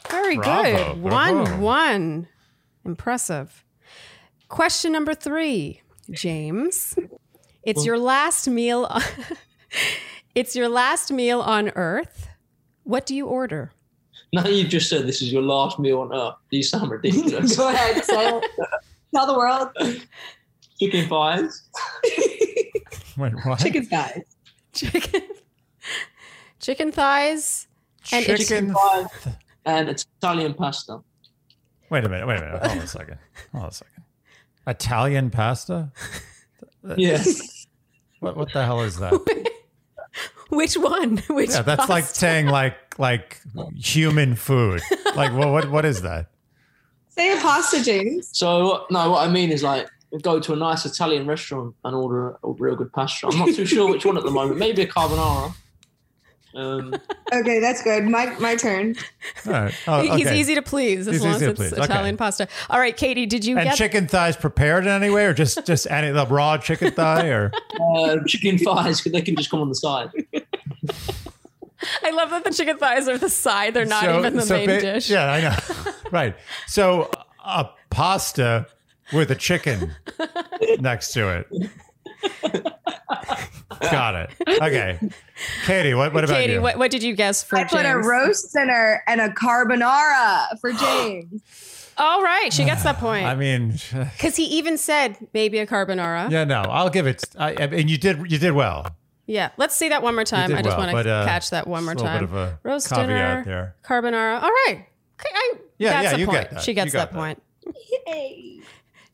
Speaker 3: Very
Speaker 4: Bravo,
Speaker 3: good.
Speaker 4: bravo.
Speaker 3: One, one. Impressive. Question number three, James. It's your last meal. it's your last meal on earth. What do you order?
Speaker 2: Now you've just said this is your last meal on earth. You sound ridiculous.
Speaker 1: Go ahead, say it. Tell the world.
Speaker 2: Chicken thighs.
Speaker 4: Wait, what?
Speaker 1: Chicken thighs.
Speaker 3: Chicken. Chicken thighs. and it's-
Speaker 4: Chicken-
Speaker 2: thighs and Italian pasta.
Speaker 4: Wait a minute. Wait a minute. Hold on a second. Hold on a second. Italian pasta?
Speaker 2: Yeah.
Speaker 4: What what the hell is that?
Speaker 3: Which one? Which
Speaker 4: yeah, that's like
Speaker 3: pasta?
Speaker 4: saying like like human food. Like what what what is that?
Speaker 1: Say a pasta, James.
Speaker 2: So what- no, what I mean is like go to a nice Italian restaurant and order a real good pasta. I'm not too sure which one at the moment. Maybe a carbonara. Um,
Speaker 1: Okay, that's good. My my turn.
Speaker 4: All right. Oh,
Speaker 3: He's
Speaker 4: okay.
Speaker 3: easy to please as
Speaker 4: He's
Speaker 3: long as
Speaker 4: easy to
Speaker 3: it's
Speaker 4: please. Okay.
Speaker 3: Italian pasta. All right, Katie, did you
Speaker 4: And
Speaker 3: get
Speaker 4: chicken thighs prepared in any way, or just just any the raw chicken thigh, or
Speaker 2: uh, chicken thighs because they can just come on the side.
Speaker 3: I love that the chicken thighs are the side; they're not
Speaker 4: So-
Speaker 3: even the
Speaker 4: so
Speaker 3: main
Speaker 4: ba-
Speaker 3: dish.
Speaker 4: Yeah, I know. right. So a pasta with a chicken next to it. Got it. Okay, Katie. What what about
Speaker 3: Katie,
Speaker 4: you?
Speaker 3: what, what did you guess for
Speaker 1: I put a
Speaker 3: James?
Speaker 1: roast and a and a carbonara for James.
Speaker 3: All right, she gets that
Speaker 4: I
Speaker 3: point
Speaker 4: mean,
Speaker 3: because he even said maybe a carbonara. Yeah,
Speaker 4: yeah, no, I'll give it. I, I mean, you did you did well.
Speaker 3: let's see that one more time.
Speaker 4: did
Speaker 3: I just
Speaker 4: well,
Speaker 3: want
Speaker 4: but,
Speaker 3: to
Speaker 4: uh,
Speaker 3: catch that one more
Speaker 4: It's a little
Speaker 3: time.
Speaker 4: Bit of a
Speaker 3: Roast
Speaker 4: caveat
Speaker 3: dinner.
Speaker 4: there.
Speaker 3: Carbonara. All right, Okay, I,
Speaker 4: Yeah,
Speaker 3: that's
Speaker 4: yeah,
Speaker 3: a
Speaker 4: you get
Speaker 3: point.
Speaker 4: that.
Speaker 3: She gets
Speaker 4: You got
Speaker 3: that,
Speaker 4: that.
Speaker 3: point.
Speaker 1: Yay.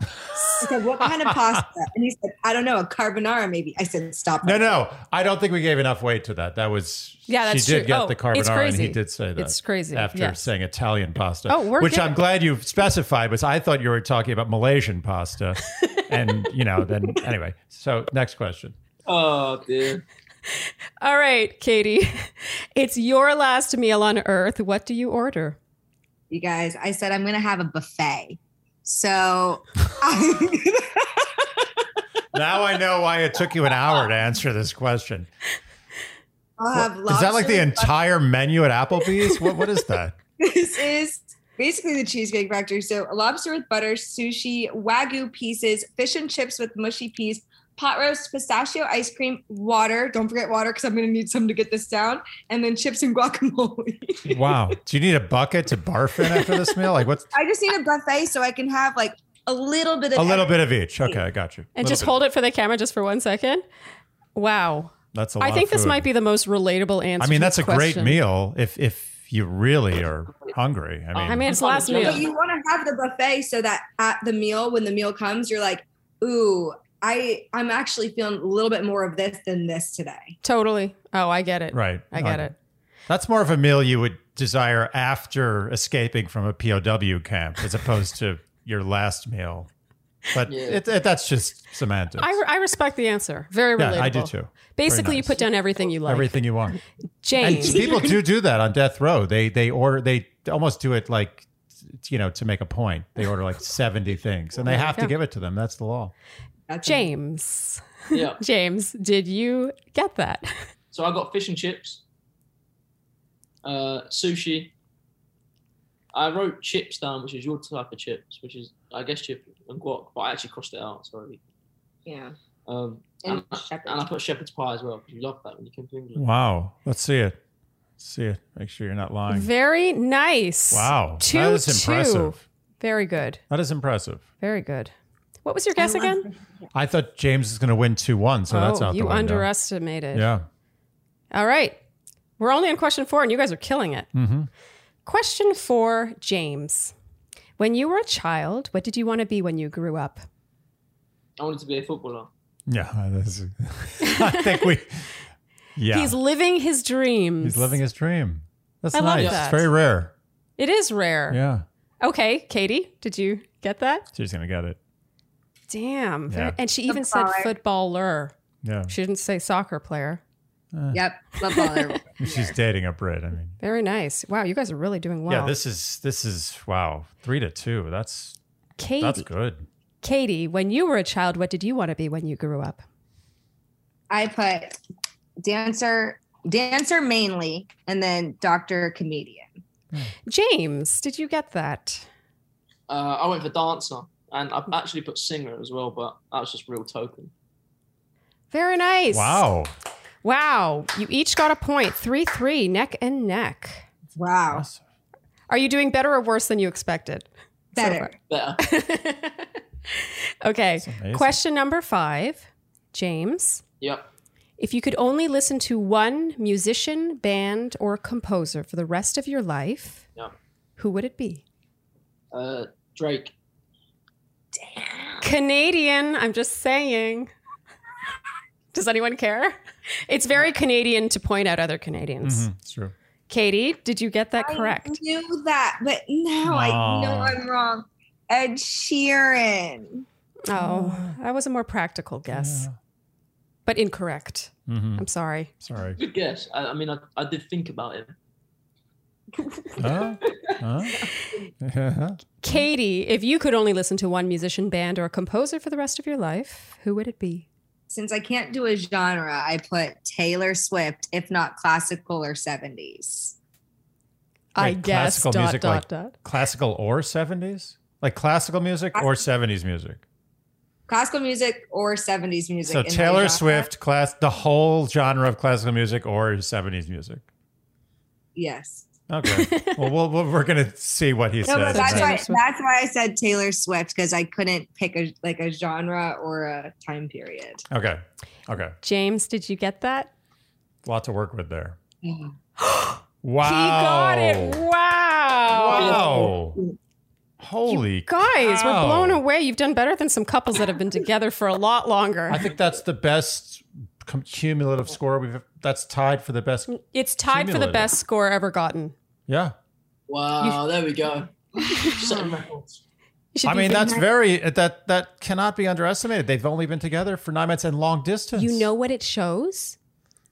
Speaker 1: I said, what kind of pasta? And he said, I don't know, a carbonara maybe. I said, stop.
Speaker 4: No,
Speaker 1: right
Speaker 4: no, I don't think we gave enough weight to that. That was
Speaker 3: Yeah, that's
Speaker 4: she did
Speaker 3: true.
Speaker 4: get
Speaker 3: Oh,
Speaker 4: the
Speaker 3: it's
Speaker 4: carbonara, and he
Speaker 3: crazy.
Speaker 4: did say that.
Speaker 3: It's crazy.
Speaker 4: after
Speaker 3: Yes.
Speaker 4: saying Italian pasta.
Speaker 3: Oh, we're
Speaker 4: which
Speaker 3: good.
Speaker 4: I'm glad you specified because I thought you were talking about Malaysian pasta, and you know, then anyway. So next question.
Speaker 2: Oh dear.
Speaker 3: All right, Katie, it's your last meal on Earth. What do you order?
Speaker 1: You guys, I said, I'm going to have a buffet. So I'm
Speaker 4: Now I know why it took you an hour to answer this question.
Speaker 1: I'll have lobster.
Speaker 4: Is that like the
Speaker 1: and
Speaker 4: entire menu at Applebee's? What what is that?
Speaker 1: this is basically the cheesecake factory. So lobster with butter, sushi, wagyu pieces, fish and chips with mushy peas, pot roast, pistachio ice cream, water. Don't forget water because I'm going to need some to get this down, and then chips and guacamole.
Speaker 4: Wow. Do you need a bucket to barf in after this meal? Like what's
Speaker 1: I just need a buffet so I can have like a little bit of
Speaker 4: a little bit of each? Okay, I got you.
Speaker 3: And
Speaker 4: Little
Speaker 3: just
Speaker 4: bit.
Speaker 3: hold it for the camera just for one second. Wow.
Speaker 4: That's a lot
Speaker 3: I
Speaker 4: of
Speaker 3: think this
Speaker 4: food.
Speaker 3: might be the most relatable answer.
Speaker 4: I
Speaker 3: to
Speaker 4: mean, that's a
Speaker 3: this
Speaker 4: great
Speaker 3: question.
Speaker 4: meal if if you really are hungry. I mean,
Speaker 3: Oh, I mean, it's
Speaker 2: I'm
Speaker 3: last
Speaker 2: not
Speaker 3: meal.
Speaker 1: But you want to have the buffet so that at the meal, when the meal comes, you're like, ooh, I I'm actually feeling a little bit more of this than this today.
Speaker 3: Totally. Oh, I get it.
Speaker 4: right?
Speaker 3: I get
Speaker 4: Uh,
Speaker 3: it.
Speaker 4: That's more of a meal you would desire after escaping from a POW camp, as opposed to your last meal. But
Speaker 2: Yeah.
Speaker 4: it, it, that's just semantics.
Speaker 3: I, I respect the answer. Very relatable.
Speaker 4: yeah, I do too.
Speaker 3: Basically, you
Speaker 4: nice.
Speaker 3: put down everything you like.
Speaker 4: Everything you want, and
Speaker 3: James.
Speaker 4: people do do that on death row. They they order they almost do it like you know to make a point. They order like seventy things, and they have to
Speaker 3: Yeah.
Speaker 4: give it to them. That's the law.
Speaker 1: That's
Speaker 3: James.
Speaker 2: Yeah.
Speaker 3: James, did you get that?
Speaker 2: So I got fish and chips, uh, sushi. I wrote chips down, which is your type of chips, which is I guess chip and guac, but I actually crossed it out. Sorry.
Speaker 1: yeah.
Speaker 2: Um,
Speaker 1: And
Speaker 2: and,
Speaker 1: shepherd's
Speaker 2: and I put shepherd's pie as well because you love that when you came to England.
Speaker 4: Wow, let's see it. see it. Make sure you're not lying.
Speaker 3: Very nice.
Speaker 4: Wow,
Speaker 3: Two,
Speaker 4: that is
Speaker 3: two.
Speaker 4: impressive.
Speaker 3: Very good.
Speaker 4: That is impressive.
Speaker 3: Very good. What was your guess again?
Speaker 4: I thought James was going to win 2 1, so
Speaker 3: oh,
Speaker 4: that's out
Speaker 3: you
Speaker 4: the window.
Speaker 3: underestimated.
Speaker 4: Yeah.
Speaker 3: All right. We're only on question four, and you guys are killing it.
Speaker 4: Mm-hmm.
Speaker 3: Question four, James. When you were a child, what did you want to be when you grew up?
Speaker 2: I wanted to be a footballer.
Speaker 4: Yeah. that's- I think we. Yeah.
Speaker 3: He's
Speaker 4: He's,
Speaker 3: living his dreams.
Speaker 4: living his dream. That's
Speaker 3: I love
Speaker 4: nice.
Speaker 3: that.
Speaker 4: It's very rare.
Speaker 3: It is rare.
Speaker 4: Yeah.
Speaker 3: Okay, Katie, did you get that?
Speaker 4: She's going to get it.
Speaker 3: Damn.
Speaker 4: Yeah.
Speaker 3: And she even
Speaker 1: Footballer.
Speaker 3: said footballer.
Speaker 4: Yeah. Eh,
Speaker 3: She didn't say soccer player.
Speaker 1: Yep. Love all
Speaker 4: She's dating a Brit. I mean,
Speaker 3: Very nice. Wow, you guys are really doing well.
Speaker 4: yeah, this is, this is, wow, three to two. That's,
Speaker 3: Katie,
Speaker 4: that's good.
Speaker 3: Katie, when you were a child, what did you want to be when you grew up?
Speaker 1: I put dancer, dancer mainly, and then doctor, comedian.
Speaker 3: James, did you get that?
Speaker 2: Uh, I went for dancer, and I actually put singer as well, but that was just real token.
Speaker 3: Very nice.
Speaker 4: Wow.
Speaker 3: Wow. You each got a point. 3 3, neck and neck.
Speaker 1: Wow,
Speaker 4: Awesome.
Speaker 3: Are you doing better or worse than you expected? so
Speaker 1: better.
Speaker 2: Better.
Speaker 3: okay.
Speaker 4: That's amazing.
Speaker 3: Question number five, James.
Speaker 2: yep.
Speaker 3: If you could only listen to one musician, band, or composer for the rest of your life,
Speaker 2: Yeah.
Speaker 3: who would it be?
Speaker 2: Uh, Drake.
Speaker 3: Canadian, I'm just saying. Does anyone care? It's very Canadian to point out other Canadians.
Speaker 4: Mhm, it's true.
Speaker 3: Katie, did you get that correct?
Speaker 1: I knew that, but now I know
Speaker 4: Aw.
Speaker 1: I'm wrong. Ed Sheeran.
Speaker 3: Oh, that was a more practical guess, but incorrect.
Speaker 4: Yeah. Mhm.
Speaker 3: I'm sorry.
Speaker 4: Sorry.
Speaker 2: Good guess. I, I mean, I, I did think about him.
Speaker 4: Huh? Huh?
Speaker 3: Katie, if you could only listen to one musician, band, or composer for the rest of your life, who would it be?
Speaker 1: Since I can't do a genre, I put Taylor Swift, if not classical or 70s.
Speaker 3: I
Speaker 4: Like
Speaker 3: guess
Speaker 4: classical
Speaker 3: dot
Speaker 4: music,
Speaker 3: dot
Speaker 4: like-
Speaker 3: dot.
Speaker 4: classical or 70s? Like classical music or 70s music?
Speaker 1: Classical music or 70s music.
Speaker 4: So
Speaker 1: in my
Speaker 4: Taylor
Speaker 1: genre.
Speaker 4: Swift, class, the whole genre of classical music or 70s music.
Speaker 1: Yes.
Speaker 4: Okay. well, we'll, we'll we're gonna see what he
Speaker 1: No,
Speaker 4: says.
Speaker 1: but that's
Speaker 3: Taylor
Speaker 1: why
Speaker 3: Swift.
Speaker 1: that's why I said Taylor Swift because I couldn't pick a like a genre or a time period.
Speaker 4: okay. Okay.
Speaker 3: James, did you get that?
Speaker 4: Lot to work with there.
Speaker 1: Yeah.
Speaker 4: Wow.
Speaker 3: He got it. Wow.
Speaker 4: Wow. Holy
Speaker 3: Guys,
Speaker 4: cow.
Speaker 3: we're blown away. You've done better than some couples that have been together for a lot longer.
Speaker 4: I think that's the best cum- cumulative score we've. e, That's tied for the best.
Speaker 3: It's tied for the
Speaker 4: Cumulative.
Speaker 3: best score ever gotten.
Speaker 4: Yeah.
Speaker 2: Wow, there we go. Setting records.
Speaker 3: You should
Speaker 4: I
Speaker 3: be
Speaker 4: mean, that's
Speaker 3: very-
Speaker 4: very that that cannot be underestimated. They've only been together for nine months and long distance.
Speaker 3: You know what it shows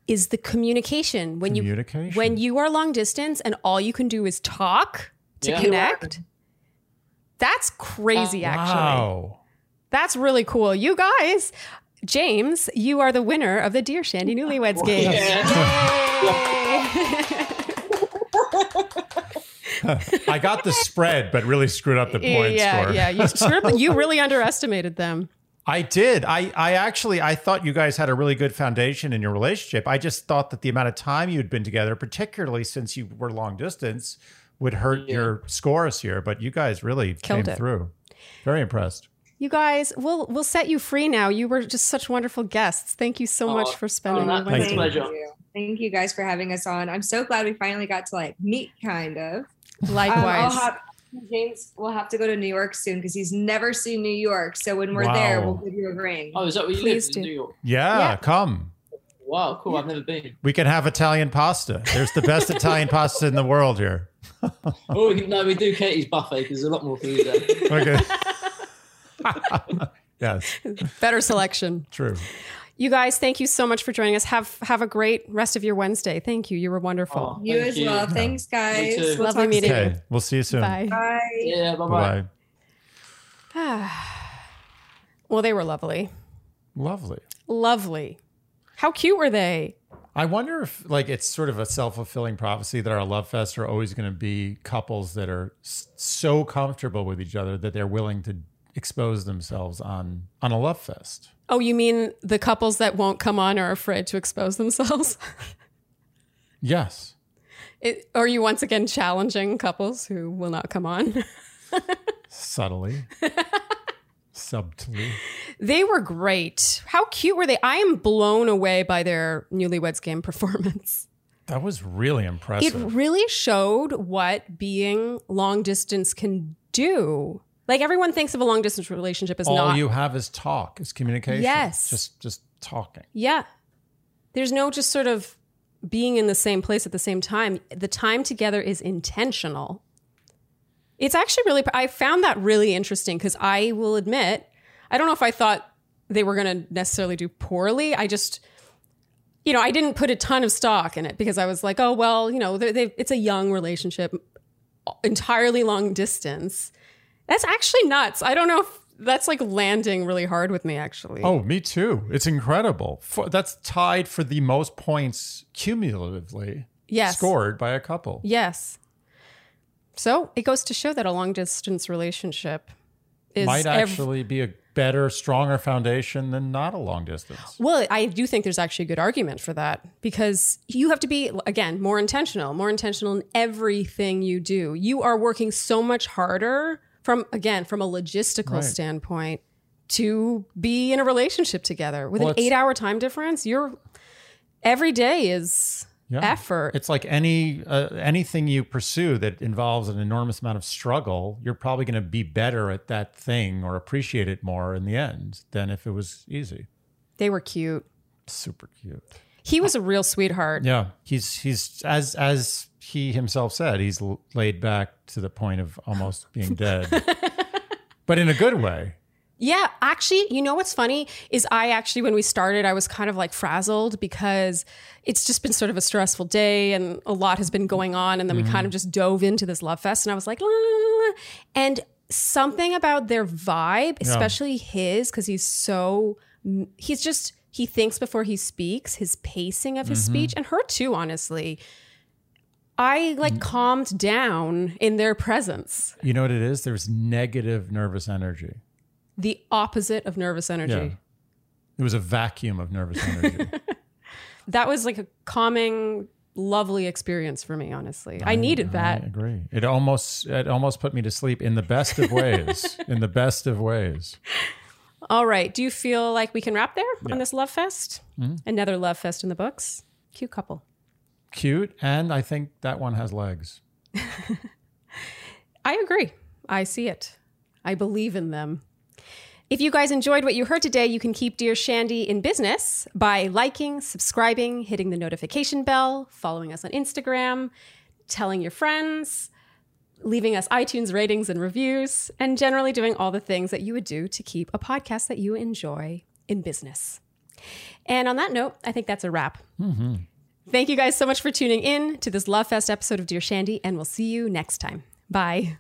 Speaker 3: is the communication when you
Speaker 4: communication
Speaker 3: when you are long distance and all you can do is talk to
Speaker 2: Yeah.
Speaker 3: connect. That's crazy, actually.
Speaker 4: Wow.
Speaker 3: That's really cool. You guys, James, you are the winner of the Dear Shandy Newlyweds game.
Speaker 4: I got the spread, but really screwed up the point
Speaker 3: yeah,
Speaker 4: score.
Speaker 3: yeah. You, screwed up- you really underestimated them.
Speaker 4: I did. I, I actually I thought you guys had a really good foundation in your relationship. I just thought that the amount of time you'd been together, particularly since you were long distance, would hurt
Speaker 2: Yeah.
Speaker 4: your scores here. But you guys really
Speaker 3: Killed
Speaker 4: came
Speaker 3: it.
Speaker 4: through. Very impressed.
Speaker 3: You guys, we'll we'll set you free now. You were just such wonderful guests. Thank you so
Speaker 2: Oh,
Speaker 3: much for spending
Speaker 2: oh,
Speaker 3: your
Speaker 2: thank
Speaker 3: Wednesday.
Speaker 2: you. Pleasure.
Speaker 1: you. Thank you guys for having us on. I'm so glad we finally got to like meet kind of. Um, I'll
Speaker 3: Likewise.
Speaker 1: have, James will have to go to New York soon because he's never seen New York. So when we're
Speaker 4: Wow.
Speaker 1: there, we'll give you a ring.
Speaker 2: Oh, is that where you
Speaker 3: Please
Speaker 2: live?
Speaker 3: do.
Speaker 2: In New York.
Speaker 4: Yeah,
Speaker 3: Yeah.
Speaker 4: come.
Speaker 2: Wow, cool. I've never been.
Speaker 4: We can have Italian pasta. There's the best Italian pasta in the world here.
Speaker 2: Oh, we can- no, we do Katie's buffet because there's a lot more food there.
Speaker 4: Okay. yes,
Speaker 3: Better selection.
Speaker 4: true.
Speaker 3: You guys, thank you so much for joining us. Have have a great rest of your Wednesday. Thank you. You were wonderful.
Speaker 2: Oh,
Speaker 1: you
Speaker 2: thank
Speaker 1: as well. Thanks, guys.
Speaker 2: too.
Speaker 1: We'll
Speaker 3: Lovely
Speaker 1: talk
Speaker 3: meeting
Speaker 1: soon.
Speaker 4: Okay, we'll see you soon.
Speaker 3: Bye.
Speaker 1: Bye.
Speaker 2: Yeah, bye bye.
Speaker 4: Bye-bye.
Speaker 3: well, they were lovely.
Speaker 4: Lovely.
Speaker 3: Lovely. How cute were they?
Speaker 4: I wonder if like it's sort of a self-fulfilling prophecy that our love fests are always going to be couples that are s- so comfortable with each other that they're willing to expose themselves on on a love fest.
Speaker 3: Oh, you mean the couples that won't come on are afraid to expose themselves?
Speaker 4: Yes.
Speaker 3: It, are you once again challenging couples who will not come on?
Speaker 4: Subtly. Subtly.
Speaker 3: They were great. How cute were they? I am blown away by their newlyweds game performance.
Speaker 4: That was really
Speaker 3: It
Speaker 4: impressive.
Speaker 3: really showed what being long distance can do. Like everyone thinks of a long distance relationship as
Speaker 4: All
Speaker 3: not.
Speaker 4: you have is talk, is communication.
Speaker 3: Yes.
Speaker 4: Just just talking.
Speaker 3: yeah. There's no just sort of being in the same place at the same time. The time together is intentional. It's actually really, I found that really interesting because I will admit, I don't know if I thought they were going to necessarily do poorly. I just, you know, I didn't put a ton of stock in it because I was like, oh, well, you know, they they it's a young relationship, entirely long distance. That's actually nuts. I don't know if that's like landing really hard with me actually.
Speaker 4: Oh, me too. It's incredible. For, that's tied for the most points cumulatively
Speaker 3: yes.
Speaker 4: scored by a couple.
Speaker 3: Yes. So it goes to show that a long distance relationship is
Speaker 4: Might
Speaker 3: ev-
Speaker 4: actually be a better, stronger foundation than not a long distance.
Speaker 3: Well, I do think there's actually a good argument for that because you have to be, again, more intentional, more intentional in everything you do. You are working so much harder from, again, from a logistical
Speaker 4: Right.
Speaker 3: standpoint to be in a relationship together. With
Speaker 4: Well,
Speaker 3: an
Speaker 4: it's-
Speaker 3: eight hour time difference, you're, every day is
Speaker 4: Yeah.
Speaker 3: effort.
Speaker 4: It's like any uh, anything you pursue that involves an enormous amount of struggle, you're probably going to be better at that thing or appreciate it more in the end than if it was easy.
Speaker 3: they were cute.
Speaker 4: Super cute.
Speaker 3: He was a real sweetheart.
Speaker 4: Yeah, he's he's as as he himself said, he's l- laid back to the point of almost being dead, but in a good way.
Speaker 3: Yeah, actually, you know what's funny is I actually when we started, I was kind of like frazzled because it's just been sort of a stressful day and a lot has been going on and then we kind of just dove into this love fest and I was like la, la, la, la. and something about their vibe, especially his cuz he's so he's just he thinks before he speaks, his pacing of his speech and her too honestly. I like calmed down in their presence.
Speaker 4: You know what it is? There's negative nervous energy.
Speaker 3: The opposite of nervous energy.
Speaker 4: Yeah, it was a vacuum of nervous energy.
Speaker 3: that was like a calming lovely experience for me honestly i needed
Speaker 4: I
Speaker 3: that
Speaker 4: agree. It almost it almost put me to sleep in the best of ways. in the best of ways.
Speaker 3: all right do you feel like we can wrap there on this love fest another love fest in the books cute couple
Speaker 4: Cute, and I think that one has legs.
Speaker 3: i agree i see it i believe in them if you guys enjoyed what you heard today you can keep dear shandy in business by liking subscribing hitting the notification bell following us on instagram telling your friends leaving us iTunes ratings and reviews, and generally doing all the things that you would do to keep a podcast that you enjoy in business. And on that note, I think that's a wrap.
Speaker 4: Mm-hmm.
Speaker 3: Thank you guys so much for tuning in to this Love Fest episode of Dear Shandy, and we'll see you next time. Bye.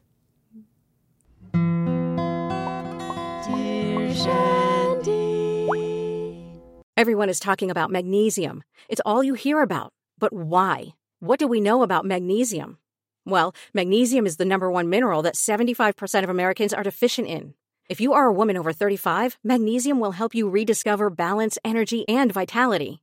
Speaker 5: Everyone is talking about magnesium. It's all you hear about. But why? What do we know about magnesium? Well, magnesium is the number one mineral that 75% of Americans are deficient in. If you are a woman over 35, magnesium will help you rediscover balance, energy, and vitality.